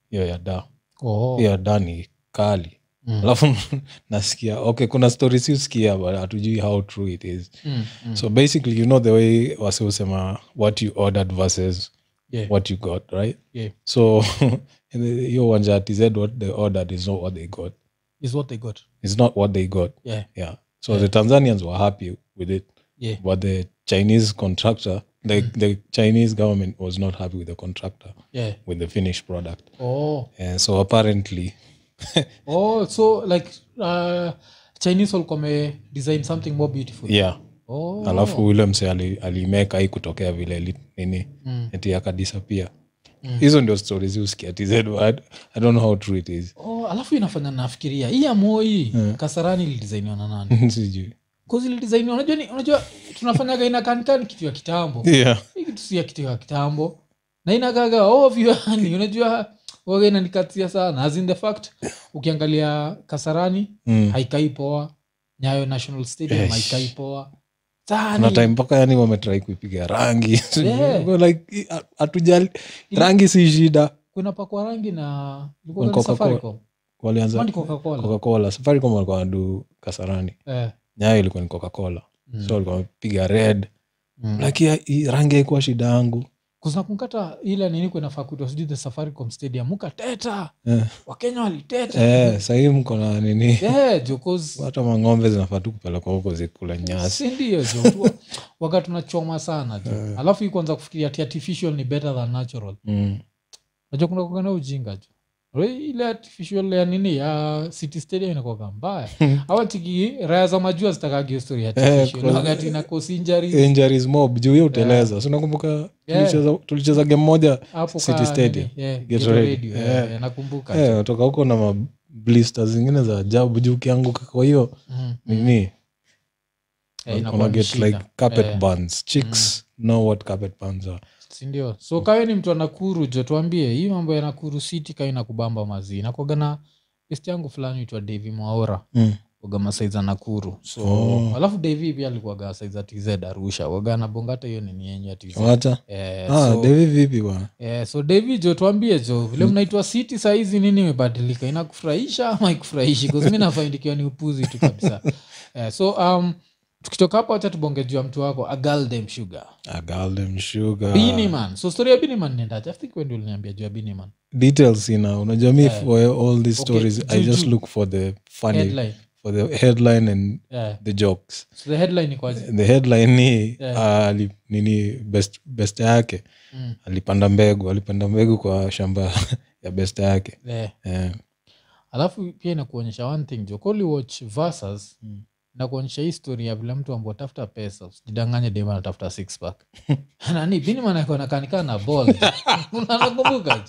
hiyo ya da Oh. hiyo ya da ni kali Mm. alafu nasikia okay kuna stories siusikia but hatujui how true it is Mm. Mm. so basically you know the way wasiusema what you ordered versus Yeah. what you got right Yeah. so in the- hiyo uwanja ya tz what they ordered is not what they got Is what they got it's not what they got yeah. yeah so the tanzanians were happy with it Yeah. Mm. but the chinese contractor the, the chinese government was not happy with the contractor Yeah. with the finished product Oh. and so apparently Oh, so like uh, chinese walikuwa wame design something more beautiful yeah oh. alafu ule mse ali- alimeka hii kutokea vile li- nini Mm. eti akadisapia hizo ndio stories husikia tz but i don't know how true it is Oh, alafu inafanya nafikiria hii amoi kasarani ilidesainiwa na nani sijui kuzilidesaini unajua ni- unajua tunafanyaga inakanikani kitu ya kitambo yeah Hii kitu si ya kitu ya kitambo na inakaga ovyo yani unajua waga inanikatia sana as in the fact ukiangalia kasarani Mm. haikai poa nyayo national stadium Eish. haikai poa na time sani mpaka yani wametrai kuipiga rangi Yeah. Go like i- hatujali rangi si shida kunapakwa rangi na ilikuwa Na gani Coca-Cola. Safaricom? walianza Kwani Coca-Cola? coca-cola safaricom walikuwa wanadu kasarani Eh, nyayo ilikuwa ni coca-cola mm, so walikuwa wamepiga red mm. lakini hii rangi haikuwa shida yangu 'Cause nakunkata ila nini kunafaa kuitwa sijui the safaricom stadium mukateta Eh. wakenya waliteta Eh, eh, sahii mko na nini yeah, jo, 'cause hata mang'ombe zinafaa tu kupelekwa huko zikula nyasi sindio jo tu- waga tunachoma sana jo Eh. alafu hii kwanza kufikiria ati artificial ni better than natural mm. najua kuna kuwaga na ujinga jo Re- ile artificial ya nini ya city stadium inakuwaga mbaya awa tiki raya za majua zitakagi history ya artificial Eh, kwa- Eh, wakati na cause injuries injuries mob juu hiyo uteleza yeah. sinakumbuka Yeah. tulicheza, tulicheza game moja hapo City ka- Stadium. nini, yeah, Get Ghetto ready. Radio, Yeah. yeah, yeah, nakumbuka jo. eh, toka huko na mablister zingine za ajabu juu kianguka kwa hiyo Mm. nini Eh, inakuwa una ni get shida. like carpet Eh, Mm. burns chicks know what carpet burns are sindio so kawe ni mtu wa nakuru jo tuambie hii mambo ya nakuru city kawe na kubamba mazii nakwaga na best yangu fulani itwa davi mwaora mm. waga masaiza nakuru so Oh. alafu davi pia alikuwaga saiza tz arusha waga nabongata hiyo nini yenyu ya tz wacha eh, ah, so, Devi vipi bwana eh, so davi jo tuambie jo vile mnaitwa city sahizi nini imebadilika inakufurahisha ama ikufurahishi mi nafaidikiwa ni upuzi tu kabisa eh, so um, tukitoka hapo hacha tubongejua mtu wako agaldem sugar agaldem sugar biniman so story ya biniman nendaje afik wendi uliniambia juu ya biniman details ina unajua mi for all these stories i juu, just juu. look for the funny headline for the headline and yeah. the jokes so the headline ikwaje the headline ni Yeah. yeah. ali, nini best, best yake Mm. alipanda mbegu alipanda mbegu kwa shamba ya best yake yeah. eh, alafu pia inakuonyesha one thing jokoli watch versus mm. nakuonyesha hii story ya vile mtu ambao tafuta pesa usijidanganye dema anatafuta six pack nani biniman akiwa nakanikaa na bol unakumbuka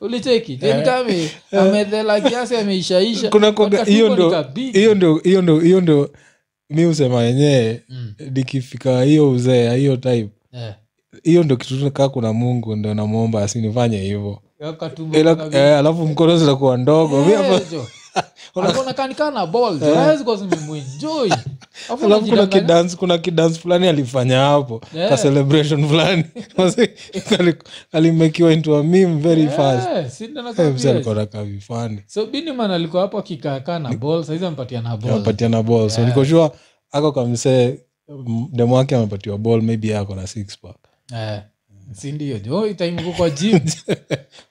ulicheki jenikame amedhela kiasi ameishaisha Eh. Kuna kuwaga- Wakati hiyo huko ndo- nikabidi. hiyo ndio hiyo ndio hiyo ndio mi husema yenyewe Mm. nikifika hiyo uzee ya hiyo type Yeah. hiyo ndo kitu kaa kuna mungu ndo namwomba asinifanye hivo Weka tumbo Ila- kabisa. eh, alafu mkono zinakuwa ndogo Mi hapa- Eh, jo. Alikuwa anakanikana na balls. Why zikuwa zimemuenjoy? Alafu Eh. alafu kuna unajidanganya. kidance kuna kidance fulani alifanya hapo Yeah. ka celebration fulani Wasi- ali- alimekiwa into a meme very fast Eh, si ndo nakwambia. Eh, mzee alikuwa anakaa vifani so biniman alikuwa hapo akikaakaa na ball saizi ampatia na ball amepatia na ball so Eh. niko sure ako kamsee demu wake amepatiwa ball maybe yeye ako na six pack eh, sindio jo itaimuko kwa jim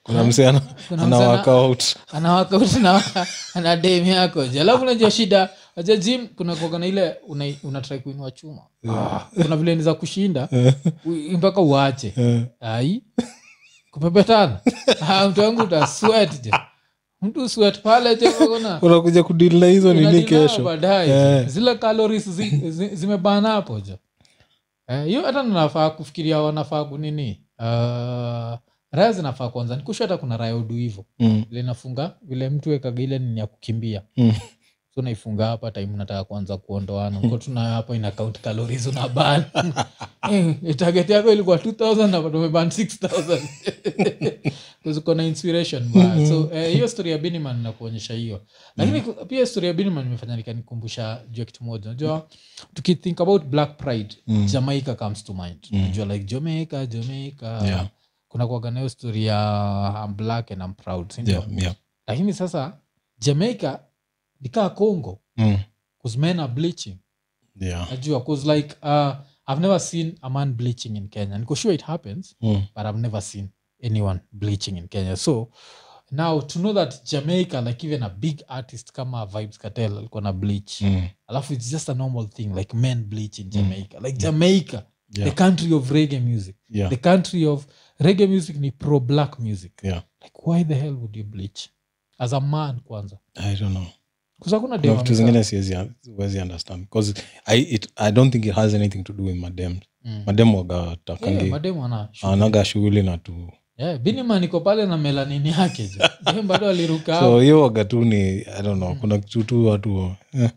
kuna msee ana- Kuna ana msee ana- work out anawakauti na na dem yako je alafu unajua shida aja jim kuna kuoga na ile unatrai una try kuinua chuma Ah, kuna vile ni za kushinda u- mpaka uache Eh, ai kupepetana Ah, mtu wangu utaswet je mtu sweat pale je unaona? unakuja kudil na hizo nini Unadinaa kesho baadaye Eh. zile calories zi, zi, zimebana hapo jo Eh, hiyo hata nafaa kufikiria wanafaa kunini uh, raya zinafaa kwanza nikusha hata kuna raya uduivo Mm, linafunga vile mtu wekaga ile ni ya kukimbia mm. so naifunga hapa time nataka kuanza kuondoana ko tunayo hapa ina count calories una ban eh, target yako ilikuwa 2000 na bado umeburn 6000 'Cause uko na inspiration Mm-hmm. bana. so eh, hiyo story ya biniman nakuonyesha hiyo lakini ku- pia story ya biniman imefanya nikanikumbusha jua kitu moja unajua tukithink about black pride Mm. jamaica comes to mind unajua like jamaica jamaica Yeah. kuna kuaga nayo story ya I'm black and I'm proud sindio Yeah, yeah. lakini sasa jamaica nikaa congo Mm, cause men are bleaching yeah. najua cause like uh, i've never seen a man bleaching in kenya niko sure it happens Mm, but i've never seen anyone bleaching in kenya so now to know that jamaica like even a big artist kama vibes cartel alikuwa na bleach mm, alafu it's just a normal thing like men bleach in jamaica like jamaica yeah, the country of reggae music yeah, the country of reggae music ni pro black music yeah. like why the hell would you bleach as a man kwanza I don't know. Cause hakuna Kuna dem vitu amekaa- zingine siwezi siwezi understand because I, it, i don't think it has anything to do with madem Mm. madem waga Yeah, takangi madem wana shughuli. anaga shughuli na tu Yeah, Biniman iko pale na melanini yake jo. Dem bado aliruka hapo. so hiyo waga tu ni i don't know kuna kitu tu watu eh,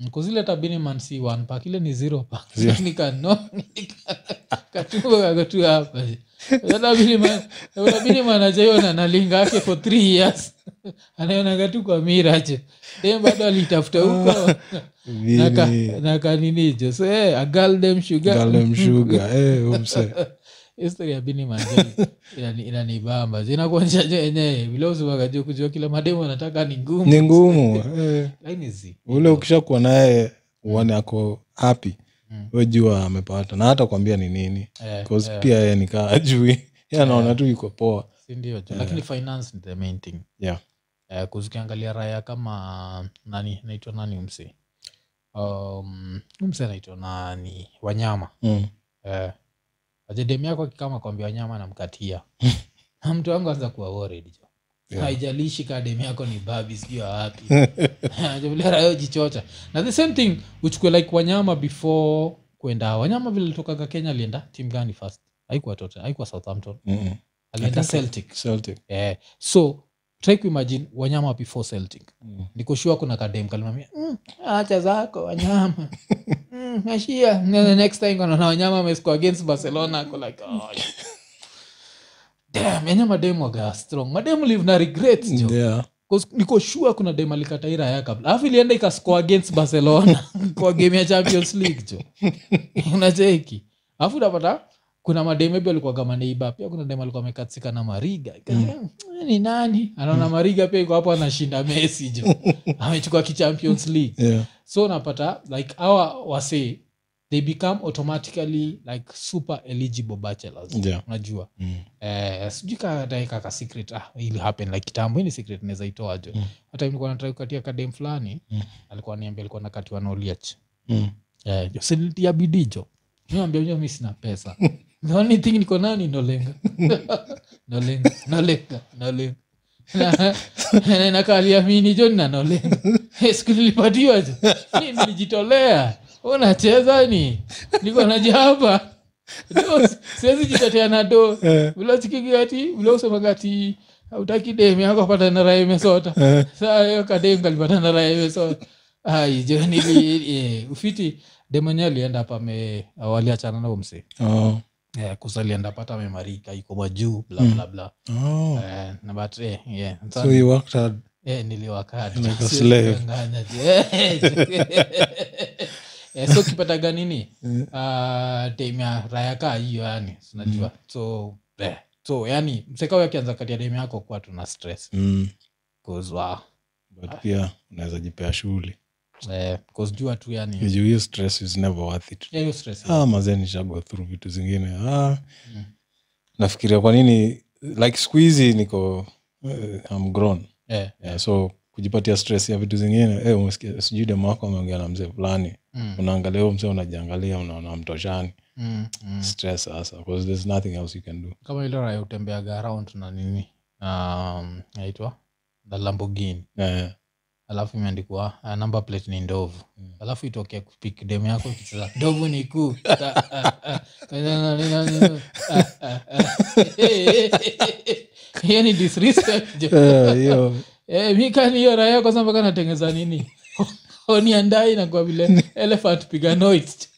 Mm, kuzile hata Biniman si one pack, ile ni zero pack. Zero. Nika no, nika- katua kako tu hapa. Hata Biniman- hata Biniman hajaiona na linga yake for three years. Anaionaga tu kwa mira jo. Dem bado alitafuta huko. Na ka- vile na kanini jo. So, eh, a girl dem sugar. galem sugar eh umse history ya bini manjani inani- inanibamba inakuonyesha je enyewe vilausiwaga juu kujua kila mademu anataka ni ngumu ni ngumu eh. lakini zi ule ukishakuwa naye uone ako happy Mm. we jua amepata na hata kuambia ni nini Eh, bcause pia ye nikaa ajui ye anaona tu iko poa sindio tu lakini finance ni the main thing yeah. Eh, kuzikiangalia raya kama nani naitwa nani umsi um, umsi anaitwa nani wanyama mm. eh, ajedemu yako kikama kwambia wanyama anamkatia Na mtu wangu anza kuwa worried jo Yeah. haijalishi kadem yako ni babi sijua wapi Jubilera jichocha na the same thing uchukue like wanyama before kwenda wanyama vile litokaga kenya alienda tim gani first haikuwa Tottenham, haikuwa southampton Mm-mm. alienda I think- celtic Celtic. eh. so try kuimagine wanyama before celtic Mm. nikoshua kuna kadem kalimamia mm, acha zako wanyama mm, ashia Na the next time kanaona wanyama amesco against barcelona ako like oh, damn yenye mademu waga strong mademu live na regrets jo Yeah. 'Cause niko sure kuna dem alikataira ya kabla alafu ilienda ikasco against barcelona kwa game ya champions league jo unacheki alafu unapata kuna mademebi alikuwaga maneiba pia kuna dem alikuwa amekatsika na mariga Ikaza, "Eh, ni nani anaona mariga pia iko hapo anashinda messi jo amechukua ki champions league Yeah. so unapata like awa wasee they become automatically like super eligible bachelors Yeah. unajua Mm. eh, sijui kadaeka ka secret ah, ili happen like kitambo ini secret naweza itoaje Mm. hata nilikuwa natrai kukatia kadem fulani Mm. alikuwa niambia alikuwa nakatiwa na oliach Mm. eh, jo, si nilitia bidii jo niambia jo mi sina pesa the only thing niko nani nolenga nolenga nolenga nolenga Na- na- nakaliamini jo nina nolenga Eh, siku nilipatiwa jo mi nilijitolea unacheza ni niko najihapa No, siwezi jitetea na do Eh. vilachikigiati vilausemagati autaki demi yako apata na raha imesota saa hiyo kademi kalipata na raha imesota ai jo nili eh, ufiti demwenye alienda hapa ame- waliachana na umsi Oh. eh, kusalienda pata amemarika iko kwa juu bla bla bla Oh. Eh, na but eh, yeah. Sasa So you worked hard. Eh, niliwakata. Like a Siwezi slave. kudanganya je. Eh, so ukipataga nini Eh. Ah, time ya raya kaa hiyo yani Mm. sinajua so eh, so yani msekao akianza kati ya demu yako kuwa tuna stress Mm. cause wow But pia unaweza jipea shughuli eh, cause jua tu yani juu hiyo stress is never worth it hiyo stress ah, mazee nishago through vitu zingine ah. nafikiria kwa nini like siku hizi niko uh, I'm grown eh, yeah, so kujipatia stress ya vitu zingine eh, umesikia sijui demu wako ameongea na mzee fulani mm, unaangalia huyo mzee unajiangalia unaona mtoshani mm, mm. stress sasa because there's nothing else you can do kama ile raya utembeaga around na nini um, naitwa the lambogini Eh, alafu imeandikwa uh, number plate ni ndovu Mm. alafu itokea kupik demu yako ikicheza ndovu ni kuu Ta- ah, ah. Ah, ah, ah. hiyo ni Yaani disrespect jo. eh, hiyo Eh, mi kani hiyo raia kwanza mpaka natengeza nini oni andai nakuwa vile elephant piganoids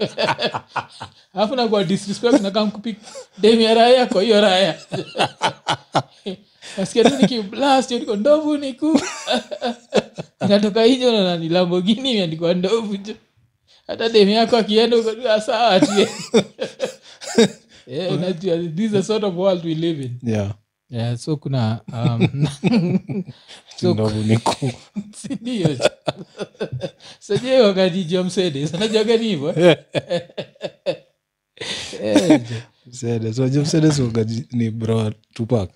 alafu nakuwa disrespect nakamkupik demu ya raia kwa hiyo raia nasikia tu nikiblast niko ndovu niku natoka hijo na nani lambogini imeandikwa ndovu jo hata demu yako akienda uko tu, "Ah, sawa tu." Eh, unajua, this is the sort of world we live in yeah yeah, so kuna um, so ndovu ni kuu sindio sajue wakati jua msedes anajuaga ni hivo Eh, je. msedes wajua msedes huwaga ji- ni bro wa tupak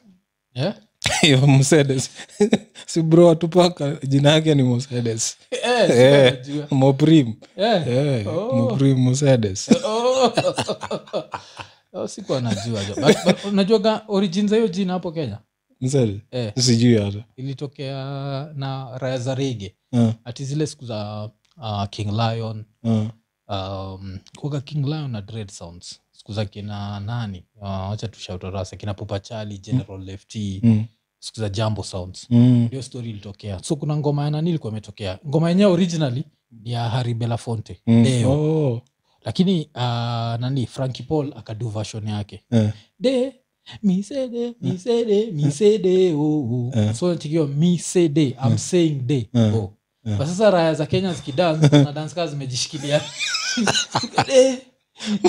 Yeah? hiyo msedes si bro wa tupak jina yake ni msedes Eh, si Eh, anajua. moprim Eh. Eh, Oh. moprim msedes Oh. Oh, sikuwa najua jo. But- but unajuaga origin za hiyo jina hapo kenya msedes eh, sijui hata ilitokea na raya za rege Ah, ati zile siku za uh, king lion ah. um, kuaga king lion na dread sounds siku za kina nani uh, wacha tushautorasa kina popachali general lefty Mm, siku za jambo sounds mm. ndio story ilitokea so kuna ngoma ya nani ilikuwa imetokea ngoma yenyewe originally ni ya harry belafonte Mm. deo Oh. lakini uh, nani franki paul akadu version yake Eh, de misede misede misede oh, oh. Eh. so chikio misede i'm saying de Eh. oh. Eh. kwa sasa raya za kenya zikidance na dance kaa zimejishikilia de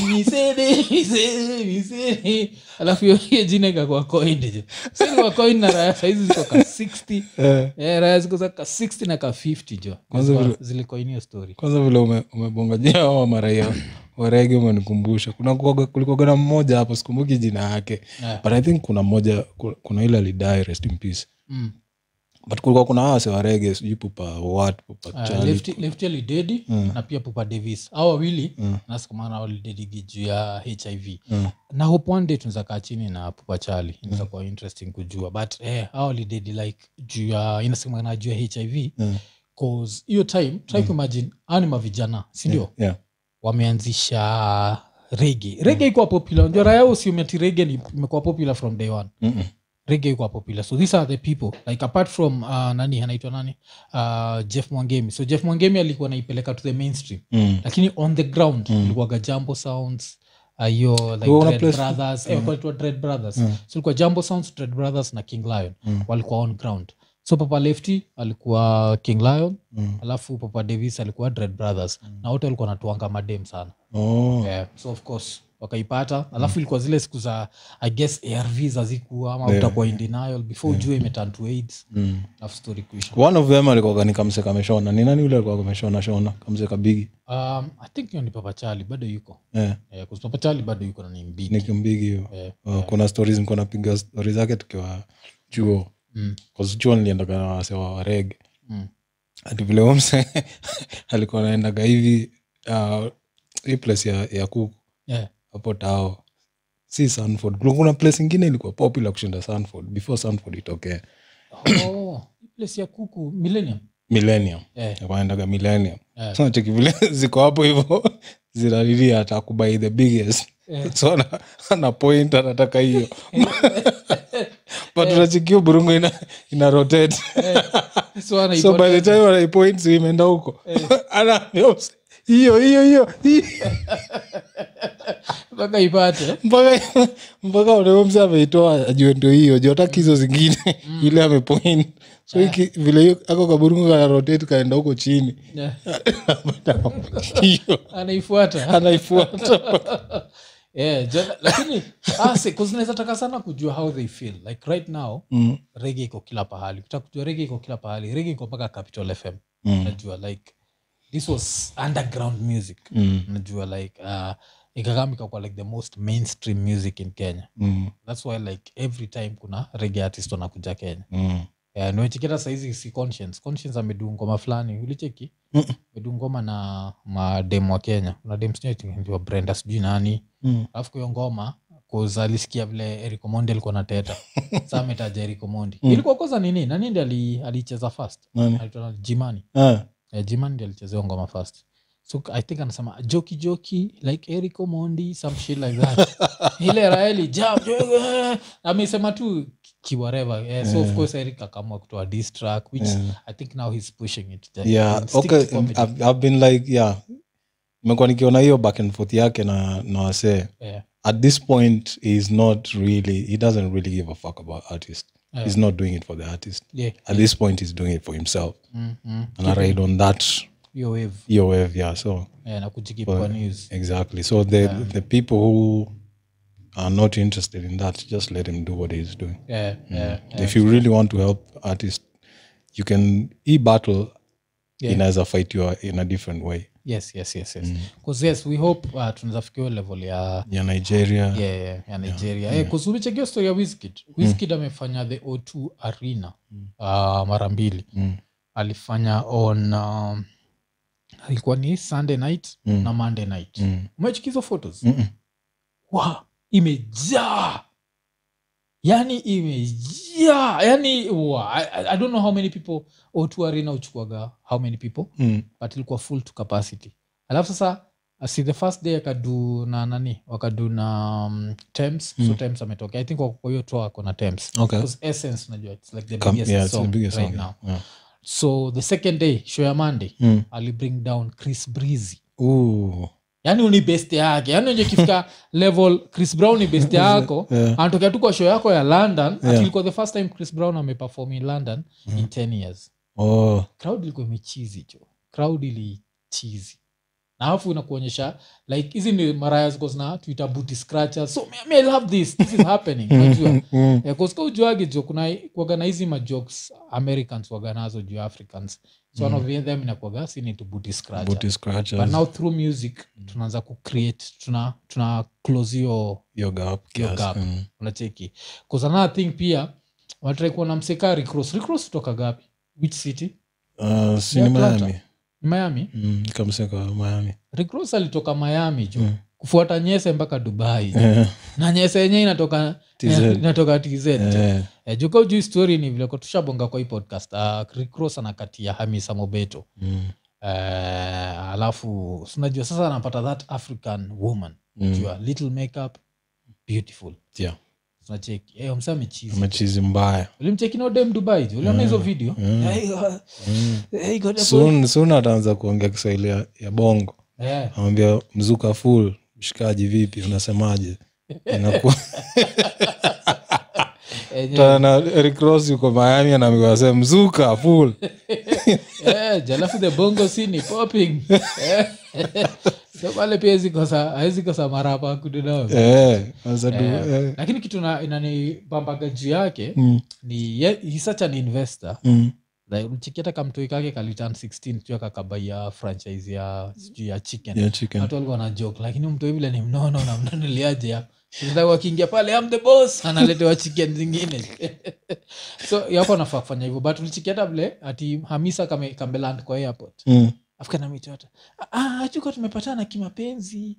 misede misede misede alafu hiyo- hiyo jina ikakuwa coined je. So ilikuwa coined na raya saizi ziko ka 60 eh. Eh, raya ziko za ka 60 na ka 50 jo Kwanza Zilikuwa- vile- zilikoini hiyo story kwanza vile ume- umebongajia awa maraia warege umenikumbusha kuna kuwaga- kulikuwaga na mmoja hapo sikumbuki jina yake Eh. but i think kuna mmoja ku- kuna ile alidai rest in peace Mm. but kulikuwa kuna wase warege sijui pupa wat pupa Ah, Charlie, Mm. Lefty- lefty alidedi na pia pupa davis au wawili nasikumana walidedigi juu ya hiv Mm. na hope one day tunaweza kaa chini na pupa chali inaweza kuwa interesting kujua but eh, au walidedi like juu ya inasemekana juu ya hiv Mm. cause hiyo time try kuimagine hao ni mavijana sindio yeah. wameanzisha rege Mm. rege ikuwa popular unajua raya usiumeti rege ni- imekuwa popular from day one Mm-mm. rege ikuwa popular so these are the people like apart from uh, nani anaitwa nani uh, jeff mwangemi so jeff mwangemi alikuwa naipeleka to the mainstream Mm. lakini on the ground Mm. ilikuwaga jambo sounds uh, hiyo like Wewe una Dread place- brothers eh, walikuwa wanaitwa Dread brothers Mm. so ilikuwa jambo sounds Dread brothers na king lion Mm. walikuwa on ground so papa lefty alikuwa king lion Mm. alafu papa davis alikuwa Dread brothers na wote walikuwa wanatuanga madem sana Oh. yeah. so of course wakaipata alafu ilikuwa zile siku za i guess arvs hazikuwa ama Yeah. utakuwa in denial before ujue imetan to aids Mm. alafu story kuisha one of them alikuwaga ni kamse kameshona ni nani ule alikuwa kameshona shona kamse kabigi um, i think hiyo ni papachali bado yuko eh, yeah, papachali bado yuko na ni mbiki ni kimbigi hiyo yeah. Uh, kuna stories nilikuwa napiga stori zake tukiwa chuo mm. Cause chuo niliendaga na wase wa warege Mm. ati vile huyo mse alikuwa naendaga hivi uh, hii place ya, ya kuku yeah. hapo tao si sanford Kulikuwa kuna place ingine ilikuwa popular kushinda sanford before sanford itokee oh, hii place ya kuku millennium millennium yeah. Alikuwa anaendaga millennium yeah. so nacheki vile ziko hapo hivo zinalili atakubai the biggest Yeah. so ana, ana point anataka hiyo but unachikia burungu ina, ina rotate so ana so by the ipoteza. time wanaipoints imeenda huko Ana- hiyo hiyo hiyo hiyo. mpaka ipate mpaka mpaka ulemse ameitoa ajue ndio hiyo jotaki hizo zingine Mm. ile amepoint so iki, vile hiyo ako kaburungu kanarotate kaenda huko chini Yeah. hiyo anaifuata anaifuata yeah, jo- lakini ah, see, 'cause naweza taka sana kujua how they feel like right now Mm, rege iko kila pahali Ukitaka kujua rege iko kila pahali rege iko mpaka capital fm mm, najua like this was underground music mm, najua like uh, ikakam ikakuwa like the most mainstream music in kenya mm, thats why like every time kuna rege artist wanakuja kenya mm. yeah, niwechikira saizi si conscience conscience ameduu ngoma fulani ulicheki Mm-mm. ameduu ngoma na madem wa kenya kuna dem sijui anaitwa brenda sijui nani Mm. alafu kwa hiyo ngoma koza alisikia vile erikomondi alikuwa na teta sa ametaja erikomondi Mm. ilikuwa koza nini nani ndi ali- aliicheza fast Nani? Alitwa jimani Ah, Eh, jiman ndi alichezea hiyo ngoma first so i think anasema joki joki like erico mondi some shit like that ile raeli jam eh, amesema tu kiwareva yeah, eh. so of course eric akaamua kutoa diss track which yeah. i think now he's pushing it Like, Yeah, stick okay, um, to comedy. I've- I've been like yeah imekuwa nikiona hiyo back and forth yake na na wasee Yeah, at this point he's not really he doesn't really give a fuck about artist Yeah. he's not doing it for the artist yeah, at this point he's doing it for himself mm, mm. and i ride on that Hiyo wave your wave yeah so yeah, na kujikipa kwa news exactly so the the people who are not interested in that just let him do what he's doing yeah, yeah, yeah. mm. if you really want to help artists you can e-battle Yeah. inaweza fight you in a different way Mm. yes yes yes yes 'Cause yes we hope uh, tunaweza fikia hiyo level ya yeah nigeria yeah, yeah, ya nigeria Eh, yeah. kusumichekio stori ya wiskid wiskid amefanya the o2 arena uh, mara mbili Mm. alifanya on um, ilikuwa ni sunday night Mm. na monday night Mm. umechikizo photos Mm-mm. wa imejaa yani imejaa yani wa, I, I- i don't know how many people o2 arena huchukuaga how many people Mm. but ilikuwa full to capacity alafu sasa si the first day akadu na nani wakadu na um, temps so Hmm. temps ametokea i think wako kwa hiyo toa ako na temps okay because essence unajua it's like the Come, biggest yeah, it's song the biggest right song. now Yeah. so the second day show ya monday Mm. alibring down chris breezy Ooh. yani uni best yake yani unje kifika level chris brown ni best yako Yeah. anatokea tu kwa show yako ya london ati Yeah. Mm-hmm. ilikuwa the first time chris brown ameperform in london in 10 years Oh. crowd ilikuwa imechizi jo crowd ilichizi na alafu inakuonyesha like hizi ni maraya ziko zina twitter booty scratchers so me, me, I love this this is happening najua Mm. koska ujuagi jo kuna kuaga na hizi majokes americans waga nazo juu ya africans so one of them inakuaga si ni to booty scratcher Mm. booty scratchers but now through music tunaanza kucreate tuna tuna close hiyo your gap Your yes. gap. Mm. unacheki bcause another thing pia wanatrai kuona mseka recross recross kutoka gapi which city Uh, si ni Atlanta. miami miami mm, kamseko miami recross alitoka miami jo Mm. kufuata nyese mpaka dubai jo. Eh, na nyese yenyewe inatoka eh, TZ. inatoka tz yeah. eh, juka ujui story ni vile tushabonga kwa hii podcast uh, recross anakatia hamisa mobeto mm, uh, alafu sinajua sasa anapata that african woman Mm. jua little makeup beautiful yeah. tunacheki hey, msa amechizi machizi mbaya ulimcheki na dem dubai jo uliona hizo video Hey, uh, hey, God, Mm. soon soon ataanza kuongea kiswahili ya, ya bongo yeah. anamwambia mzuka full mshikaji vipi unasemaje inakuwa Enye- na Rick Ross yuko miami anaambiwa sema mzuka full Eh, jalafu the bongo scene ni popping Eh. so pale pia hawezi kosa- hawezi kosa marapa kudunao eh anza du Eh, eh, lakini kitu na- inanibambaga juu yake mm, ni ye- he's such an investor mm, like mchikiata kamtoi kake kalitan 16 tu akakabaia franchise ya sijui ya chicken yeah, chicken watu walikuwa na joke lakini mtu vile ni mnono na mnunuliaje hapo Sasa wakiingia pale am the boss analetewa chicken zingine so yako nafaa kufanya hivyo but ulichikia hata vile ati hamisa kame, kambeland kwa airport mm, afkana mitota ah tuko tumepatana kimapenzi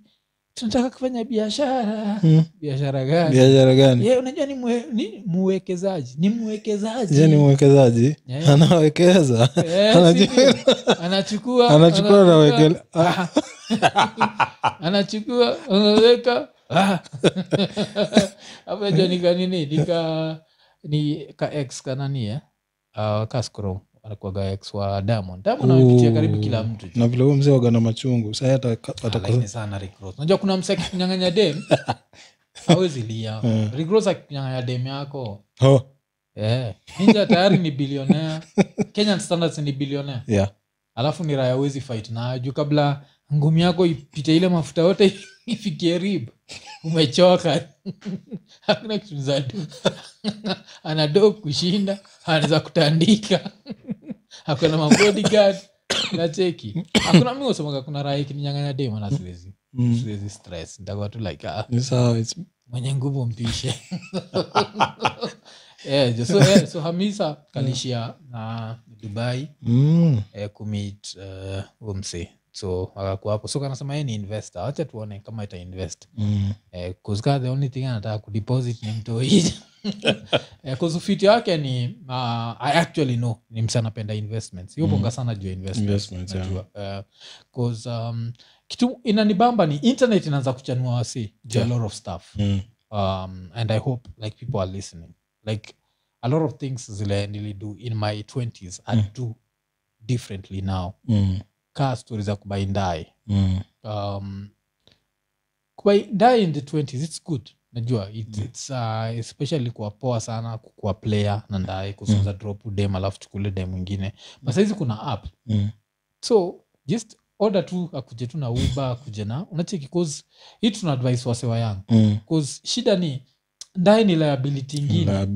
tunataka kufanya biashara mm. biashara gani biashara gani yeah, unajua ni, mwe, ni mwekezaji ni mwekezaji je ni mwekezaji Mm. Yeah. anawekeza Eh, Anajua- si ndio? anachukua anachukua na anaweka- wekele- Ah. anachukua anaweka Ah. Hapo najua nika nini nika ni ka ex kanani eh? Ah, ka scroll anakuaga ex wa diamond diamond amepitia karibu kila mtu na vile huo mzee waga na machungu saa hata Ah, lakini sana Rick Ross. unajua kuna msa akikunyanganya dem awezi lia Rick Ross akikunyanganya dem yako yeah. ninja tayari ni bilionea kenyan standards ni bilionea alafu ni raya wezi fight nayo juu kabla ngumi yako ipite ile mafuta yote ifikie rib umechoka hakuna kitu za du anado kushinda anaweza kutandika akona mabodyguard nacheki hakuna mi usemaga kuna raya ikininyanganya dema na siwezi Mm. siwezi stress nitakuwa tu like ah, mwenye nguvu mpishe yeah, so, yeah, so hamisa kalishia na dubai Mm. eh, kumit eh, huyo msee so akakuwa hapo so kanasema yeye ni investor wacha tuone kama ita invest Mm. eh, 'cause ka the only thing anataka kudeposit ni mtoi eh, 'cause ufiti wake ni uh, i actually know ni msee anapenda investments yuponga sana juu ya investments Mm-hmm. Investments, yeah. najua Eh, 'cause, um, kitu inanibamba ni internet inaanza kuchanua wasi juu a lot of stuff Mm. um, and i hope like people are listening like a lot of things zile nilidu in my 20s i Mm. do differently now ka stori za kubaindai Mm. um, kubaindai in the 20s its good najua it, it's, uh, especially kuwa poa sana kukuwa player na ndae kusunza drop dem alafu chukule dem mwingine masaizi kuna app Mm. so just order tu akuje tu na uba akuje na unacheki cause hii tuna advice wasewa yangu Mm. cause shida ni ndae ni liability ingine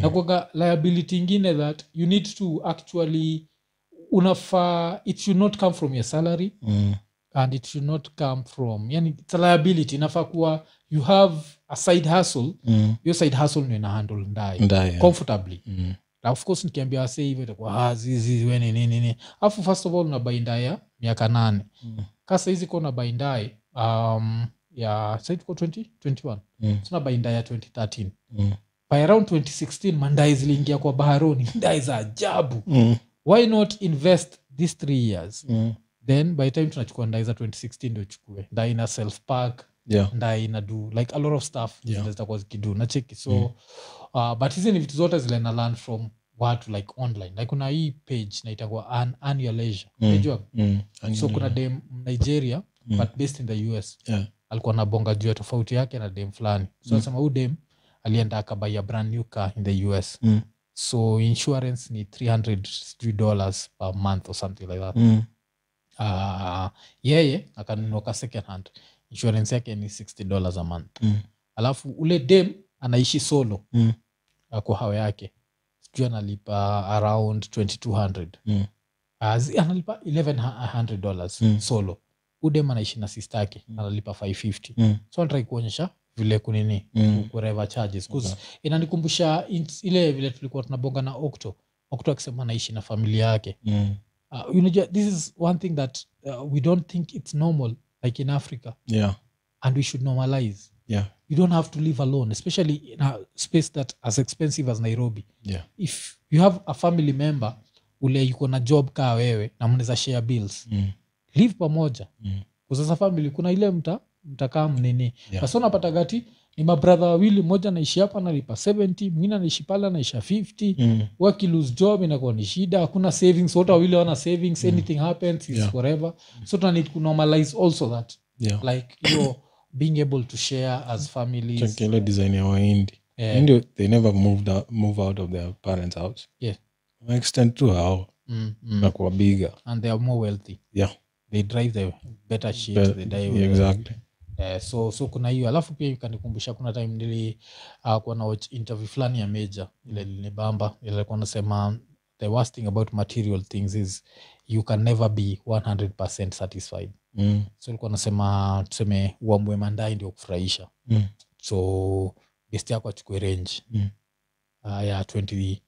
nakuaga liability ingine that you need to actually unafaa it should not come from your salary Mm. and it should not come from yani it's a liability inafaa kuwa you have a side hustle Mm. your side hustle ndio ina handle ndaye comfortably na of course nikiambia wase hivyo itakuwa "Ah, zizi we ni nini nini alafu first of all una baindae ya miaka nane Mm. kasa hizi kuwa na baindae um, ya sai tuko 20 21 sina baindae ya 2013 Mm. by around 2016 mandai ziliingia kwa baharoni ndai za ajabu Mm. why not invest these three years then by the time tunachukua ndai za 2016 ndio chukue ndai na self park ndai na do like a lot of stuff Yeah. Mm. yeah. zitakuwa zikidu na cheki so uh, but hizi ni vitu zote zile na learn from watu like online like kuna hii page naitangwa an, an your leisure Mm. unajua so kuna dem nigeria but based in the us alikuwa anabonga juu ya tofauti yake na dem fulani so Mm. anasema huyu dem alienda akabaia brand new car in the us Mm. so insurance ni 300 sijui dollars per month or something like that Mm. Ah, yeye akanunua ka second hand insurance yake ni 60 dollars a month Mm. alafu ule dem anaishi solo ah, kwa hao yake sijui analipa around 2200 Ah, zi- analipa 1100 dollars Mm. solo udem anaishi na sistake Mm. analipa 550 so natrai kuonyesha vile kunini kureva charges 'Cause Mm. Okay. inanikumbusha ins- ile vile tulikuwa tunabonga na okto okto akisema anaishi na familia yake Mm. uh, unajua this is one thing that uh, we don't think it's normal like in africa and we should normalize you don't have to live alone especially in a space that as expensive as nairobi if you have a family member ule yuko na job kaa wewe na mnaweza share bills Mm. live pamoja Kwa sasa family kuna ile mta mtakaa mnini Yeah. sasa unapata gati ni mabradha wawili mmoja anaishi hapa analipa 70 mwingine anaishi pale anaisha 50 Mm. wakilose job inakuwa ni shida hakuna savings wote wawili wana savings anything happens is Mm. Yeah. forever so tuna need kunormalize also that like your being able to share as families ile design ya waindi Eh, Hindi, they never moved out, move out of their parents house Yeah. Wana extend tu hao mm, mm. nakuwa bigger and they are more wealthy yeah, they drive the better shit But- they die yeah, exactly eh, so so kuna hiyo alafu pia ikanikumbusha kuna time nili uh, kuwa na watch interview fulani ya major ile linibamba ile alikuwa nasema the worst thing about material things is you can never be 100 satisfied mm. so alikuwa nasema tuseme uamue mandai ndio kufurahisha Mm. so best yako achukue range Mm. uh, ya 2013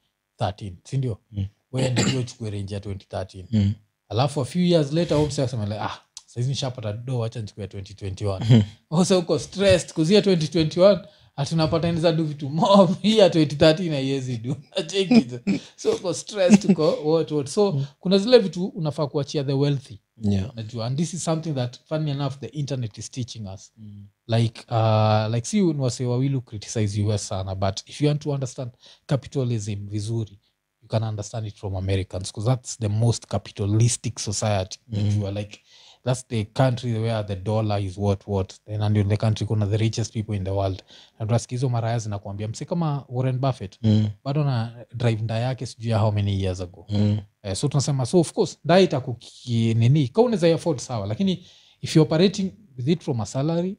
sindio Mm. we ndio uchukue range ya 2013 Mm. alafu a few years later huyo msee akasema like, ah saizi nishapata do wacha nichukua Mm. 2021 osa Oh, uko stressed kuzia 2021 atunapata niza du vitu mob hii ya 2013 haiwezi du Nacheki tu. so uko stressed uko what, what. so Mm. kuna zile vitu unafaa kuachia the wealthy yeah najua and this is something that funny enough the internet is teaching us Mm, like uh, like si ni wasee wawili who criticize us sana but if you want to understand capitalism vizuri you can understand it from americans because that's the most capitalistic society mm. are like that's the country where the dollar is what what and ndio the country kuna the richest people in the world na tunasikia hizo maraya zinakuambia msi kama warren buffett Mm, bado na drive nda yake sijui ya how many years ago mm, eh, so tunasema so of course nda itakukinini ka unaweza afford sawa lakini if you're operating with it from a salary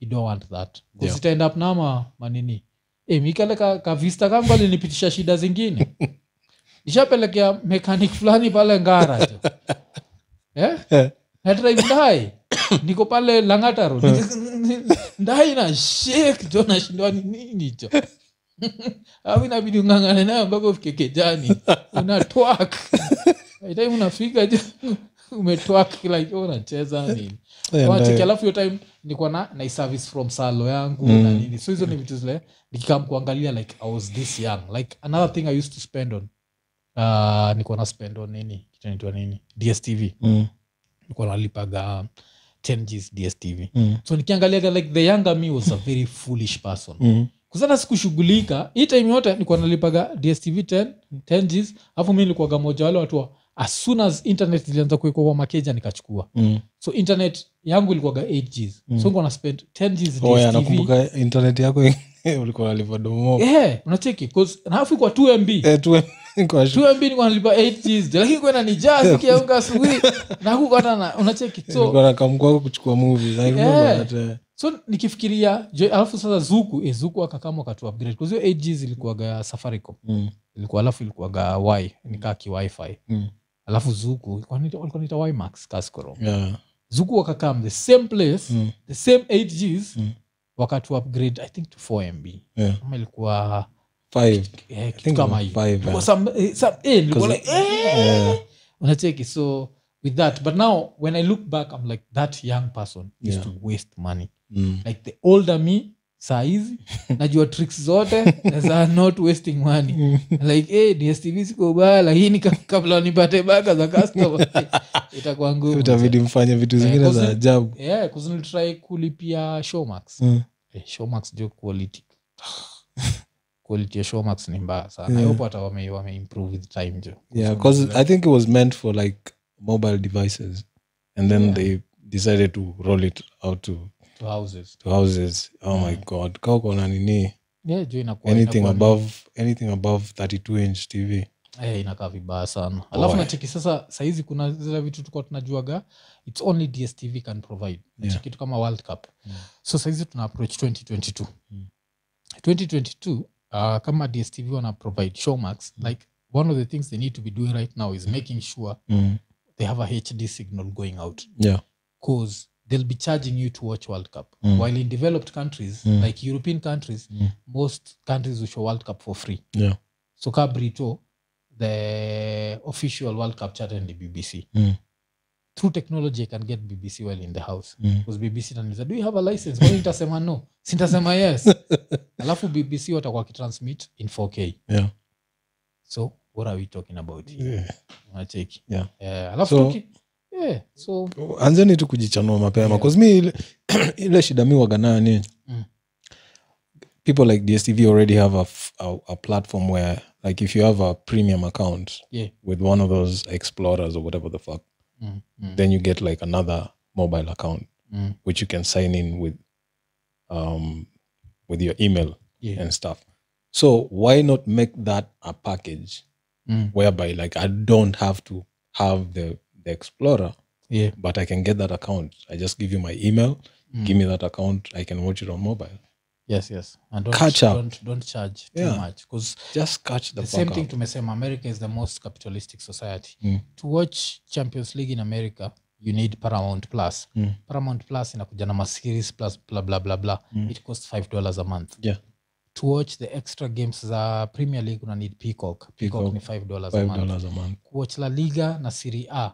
you don't want that Yeah. yeah. itaend up nama manini e, mikale ka, ka vista kangu alinipitisha shida zingine ishapelekea mechanic fulani pale ngara tu eh? Eh. Na drive ndai niko pale langataro Eh. ndai na shek jo nashindwa ni nini cho au inabidi ungangane nayo mpaka ufike kejani unatwak time unafika jo umetwak kila kitu oh, unacheza nini Eh, Wacheki, ndio. alafu hiyo time nilikuwa na na service from salo yangu Mm. na nini so hizo ni vitu zile nikikam kuangalia like i was this young like another thing i used to spend on uh, nilikuwa na spend on nini kitu inaitwa nini dstv Mm, nilikuwa nalipaga 10 gs dstv mm, so nikiangalia like the younger me was a very foolish person mm, kuzana sikushughulika hii time yote nilikuwa nalipaga dstv 10 10 gs alafu mi nilikuwaga moja wale watu wa as soon as internet ilianza kuwekwa kwa makeja nikachukua mm. so internet yangu ilikuwaga 8 gs Mm. so ngona spend 10 gs Oh, yeah, DStv. nakumbuka internet yako ulikuwa alivodomo Eh, unacheki 'cause- na alafu kwa 2mb Eh. kwa shu- 2mb nilikuwa nalipa 8 gs lakini kwenda ni jaa sikiaunga asubuhi na huko hata na- unacheki so Eh. Nilikuwa nakaa mkwako kuchukua movies I remember Yeah. that, eh. so nikifikiria jo- alafu sasa zuku e, zuku akakama wakatu upgrade kwa hiyo 8 gs ilikuwaga safaricom Mm, ilikuwa alafu ilikuwaga y nikaa kiwifi mm. alafu zuku ilikuwa inaitwa- walikuwa naita ymax kaskoro Yeah. zuku wakakam the same place Mm, the same 8 gs Mm. wakatu upgrade i think to 4mb yeah. kama ilikuwa Five. eh, kitu think kama about hiyo. five, Ilikuwa yeah. some- eh, some- eh, nilikuwa 'Cause- like, eh, Yeah. unacheki so with that but now when i look back i'm like that young person used Yeah. to waste money Mm. like the older me saizi najua tricks zote za not wasting money like eh, hey, dstv siko baya lakini ka- kabla nipate baka za customer itakuwa ngumu itabidi mfanye vitu Eh, zingine za cause- ajabu yeah, 'cause nilitry kulipia showmax Mm, Eh, showmax jo quality quality ya showmax ni mbaya sana Yeah. yeah. ihopo hata wame, wameimprove with time jo yeah, Kusema 'cause vile. i think it was meant for like mobile devices and then Yeah. they decided to roll it out to, To houses to houses oh my Mm. god kaa kona nini yeah jo inakuwa anything inakuwa ni- above anything above 32 inch tv Eh, inakaa vibaya sana alafu Oe. nacheki sasa sahizi kuna zile vitu tukuwa tunajuaga its only dstv can provide Yeah. yeah. kitu kama world cup Mm. so sahizi tuna approach 2022 Mm. 2022 uh, kama dstv wana provide showmax Mm. like one of the things they need to be doing right now is making sure mm. they have a hd signal going out yeah because they'll be charging you to watch world cup Mm. while in developed countries Mm. like european countries Mm. most countries will show world cup for free yeah so ka brito the official world cup charter ni bbc Mm. through technology i can get bbc while in the house mm. because bbc itaniuliza do you have a license kwani nitasema no sintasema yes alafu bbc watakuwa wakitransmit in 4k Yeah. so what are we talking about here? Yeah. unacheki Yeah. Eh, alafu So- tuki- yeah, so anzeni tu kujichanua mapema Yeah. yeah. mi ile, ile shida mi waganayo ni Mm. people like dstv already have a, f- a, a platform where like if you have a premium account yeah. with one of those explorers or whatever the fuck Mm, mm, then you get like another mobile account mm, which you can sign in with um with your email yeah. and stuff so why not make that a package Mm, whereby like i don't have to have the the explorer yeah. but i can get that account i just give you my email Mm. give me that account i can watch it on mobile yes yes and don't, Catch up. don't, don't charge too Yeah. much because just catch the, the fuck same up. thing tumesema america is the most capitalistic society Mm. to watch champions league in america you need paramount plus Mm. paramount plus inakuja na maseries plus bla bla bla bla Mm. it costs five dollars a month Yeah. to watch the extra games za premier league una need peacock peacock, Peacock. ni five dollars a five month dollars a month kuwatch la liga na serie a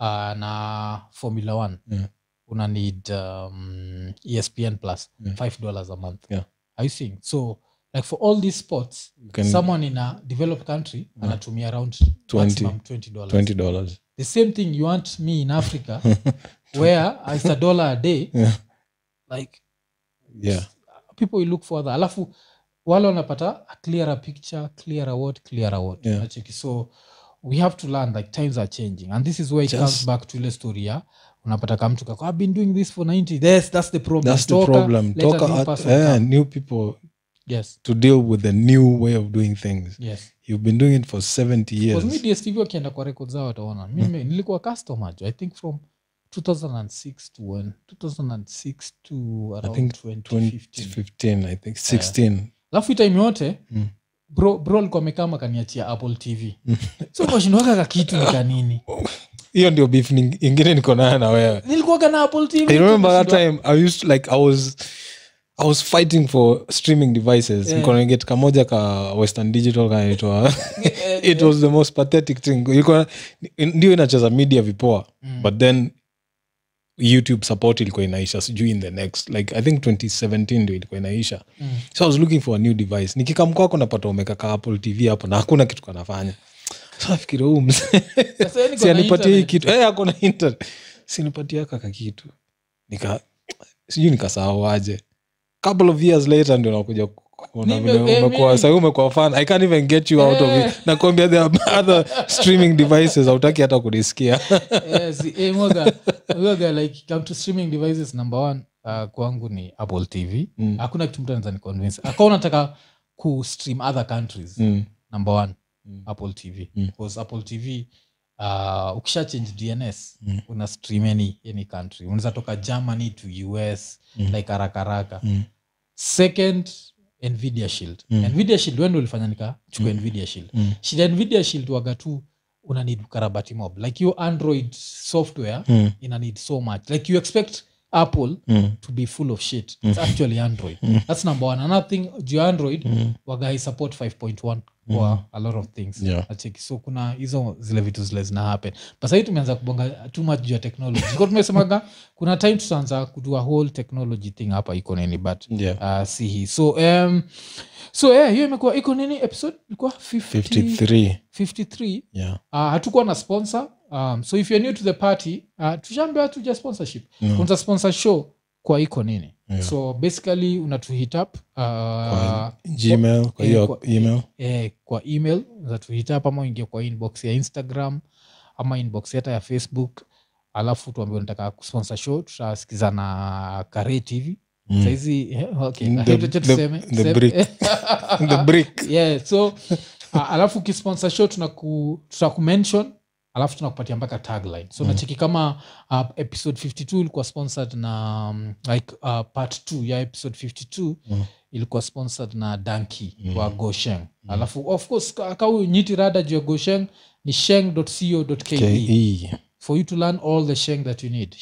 uh, na formula one Yeah. una need um, espn plus Yeah. five dollars a month Yeah. are you seeing so like for all these sports you can someone in a developed country Yeah. anatumia around 20. maximum 20 dollars twenty dollars the same thing you want me in africa where it's a dollar a day Yeah. like yeah people will look for that alafu wale wanapata a clearer picture clearer what clearer what Yeah. Unacheki? so we have to learn like times are changing and this is where it Just- comes back to ile story ya unapata kamtu I've been doing this for 90 yes that's the problem that's the Toka, problem let a toka new at- person eh, come. new people yes to deal with the new way of doing things yes you've been doing it for 70 years Because mi dstv wakienda kwa record zao wataona Hmm. mi nime- nilikuwa customer jo i think from 2006 to when 2006 to around think 2015 2015 i think 16 alafu time yote Mm. bro bro alikuwa amekaa makaniachia apple tv so kashindwaka kakitu ni kanini Oh. hiyo ndio beef ning- ingine niko nayo na wewe nilikuwaga na apple tv i remember that nikashindwa- time i used to, like i was i was fighting for streaming devices Yeah. niko na get kamoja ka western digital kanaitwa Eh, it was the most pathetic thing Yuko na- ndio inacheza media vipoa Mm. but then youtube support ilikuwa inaisha sijui in the next like i think 2017 ndio ilikuwa inaisha Mm. so i was looking for a new device nikikamkwako napata umekaka apple tv hapo na hakuna kitu kanafanya so nafikiri huu mzee Sasa yeye niko si na anipatie hii internet. kitu Eh, ako na internet sinipatia kaka kitu nika sijui nikasaauaje couple of years later ndio nakuja ku- kuona Nime- vile eh, umekuwa mimi- sahii umekuwa fan i can't even get you out of Eh. it nakwambia the other streaming devices hautaki hata kunisikia Eh, si- eh, mwaga- mwaga like come to streaming devices number one uh, kwangu ni apple tv Mm, hakuna kitu mtu anaweza niconvince akawa unataka ku stream other countries mm, number one Mm. apple tv Mm. because apple tv uh, ukisha change dns Mm. una stream any, any country unaweza toka germany to us Mm. like haraka haraka mm, second nvidia shield Mm. nvidia shield wendo ulifanya nikachukua Mm. nvidia shield mm, shida ya nvidia shield waga tu una need ukarabati mob like hiyo android software mm, ina need so much like you expect apple mm, to be full of shit Mm. it's actually android Mm. that's number one another thing juu ya android mm. wagai support 5.1 Mm. kwa a lot of things Yeah. Acheki. so kuna hizo zile vitu zile zina happen but sahii tumeanza kubonga too much juu ya technology Kwa tumesemaga kuna time tutaanza kudua whole technology thing hapa iko nini but Yeah. uh, si hii so um, so yeah, hiyo imekuwa iko nini episode ilikuwa 50, 53 53 yeah. uh, hatukuwa na sponsor um, so if you're new to the party uh, tushaambia tuja sponsorship No. unza sponsor show kwa iko nini Mm. Yeah. so basically unatuhit up uh, Kwa gmail kwa eh, hiyo kwa- email eh, kwa email zatuhitap ama uingie kwa inbox ya instagram ama inbox hata ya facebook alafu tuambie unataka kusponsor show tutasikizana kare tv Mm. saizi eh, okay. The- Acha the- tuseme, the tuseme. brick. the Ah, brick yeah, so a- alafu kisponsor show tunaku tutakumention alafu tunakupatia mpaka tagline so Mm. nacheki kama uh, episode 52 ilikuwa sponsored na um, like uh, part 2 ya episode 52 Mm. ilikuwa sponsored na danki Mm. wa gosheng Mm. alafu of course ka- ka huyu nyiti rada juu ya gosheng ni sheng.co.ke ke for you to learn all the sheng that you Mm. need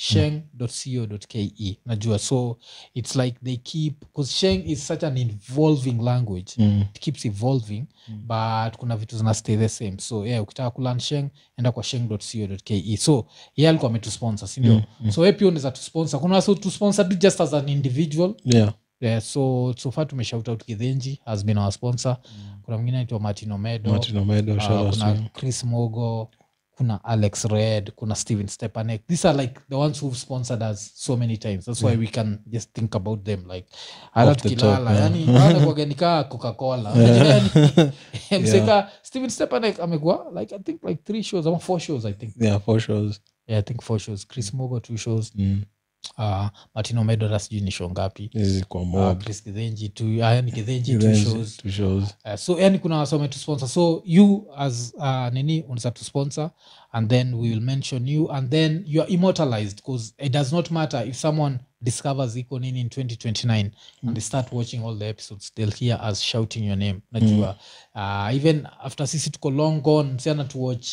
sheng.co.ke najua so it's like they keep because sheng is such an involving language mm. it keeps evolving Mm. but kuna vitu zina stay the same so yeah, ukitaka kulan sheng enda kwa sheng.co.ke so ye alikuwa ametusponsor sindio Mm, mm. so ye pia unaweza tusponsor kuna wase tusponsor tu just as an individual yeah yeah, so so far tumeshout out kidhenji has been our sponsor Mm. kuna mwingine anaitwa martin omedo Martin Omedo, uh, shout out to kuna him. chris mogo kuna alex red kuna steven stepanek these are like the ones who've sponsored us so many times that's why we can just think about them like hata Off the top, tukilala yeah. yani anakuagenikaa coca-cola Yani, mseka steven stepanek amekuwa like i think like three shows ama four shows i think yeah for sure yeah, i think four shows chris mogo two shows mm. uh, martin omedo hata sijui ni show ngapi This is kwa uh, mob chris kidhenji two, uh, yani kidhenji two Events, shows two shows Uh, so yani kuna wasome to sponsor so you as uh, nini unaweza to sponsor and then we will mention you and then you are immortalized because it does not matter if someone discovers iko nini in 2029 Mm. and they start watching all the episodes they'll hear us shouting your name najua Mm. uh, even after sisi tuko long gone msiana to watch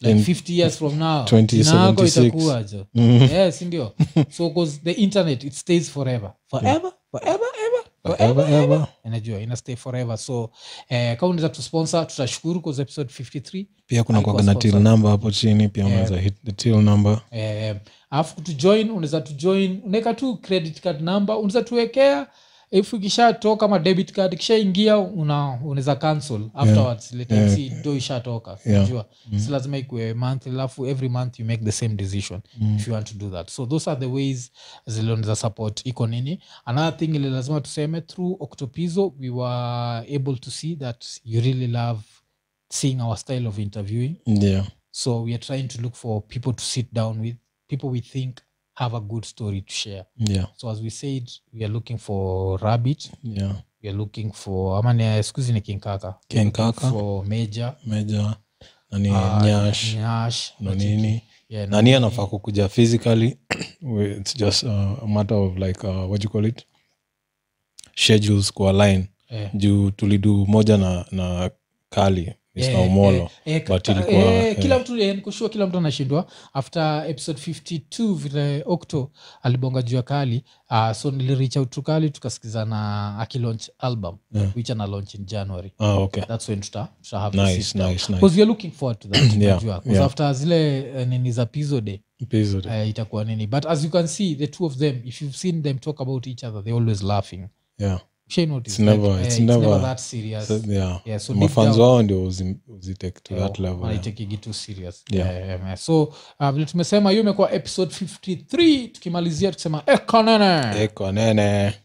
like In 50 years from now 2076. jina yako itakuwa jo Mm. yes ndio so because the internet it stays forever forever forever ever forever ever ever najua ina stay forever so eh, kama unaweza tusponsor tutashukuru kwa episode 53 pia kuna Alikuwa kwaga na till sponsored. number hapo chini pia unaweza hit the till number eh, alafu kutujoin unaweza tujoin unaweka tu credit card number unaweza tuwekea if ikishatoka ama debit card ikishaingia una unaweza cancel afterwards later Yeah. see do ishatoka Yeah. Mm-hmm. unajua si lazima ikuwe month alafu every month you make the same decision Mm. if you want to do that so those are the ways zilionza support iko nini another thing ile lazima tuseme through octopizo we were able to see that you really love seeing our style of interviewing yeah so we are trying to look for people to sit down with people we think have a good story to share yeah so as we said we are looking for rabbit yeah we are looking for ama ni- sikuzi ni kinkaka Kinkaka. for major meja nani uh, nyash Nyash, na Matiki. nini Yeah, na nani anafaa kukuja physically it's just uh, a matter of like uh, what you call it schedules kwa line eh. juu tulidu moja na na kali mr Eh, omolo eh, eh, but kata- ilikuwa, eh, kila eh. mtu eh, nikushua kila mtu anashindwa after episode 52 vile octo alibonga jua kali uh, so nilirich out to kali tukasikizana akilaunch album Yeah. which ana launch in january ah okay that's when tuta, tuta have the sit nice down. nice nice Because we are looking forward to that Yeah, unajua. 'Cause yeah. after zile eh, nini za pizo day Episode. uh, itakuwa nini but as you can see the two of them if you've seen them talk about each other they're always laughing yeah Shey notice It's never- that, eh, it's it's never- never that serious So, yeah yeah so deep mafans down- Oh, wao ndio uzi- uzitake to Yeah, that level yeah. wanaitakigi too serious Yeah. Eh, eh, so uh, vile "Eh, tumesema hiyo imekuwa episode 53 tukimalizia tukisema ekanene eko nene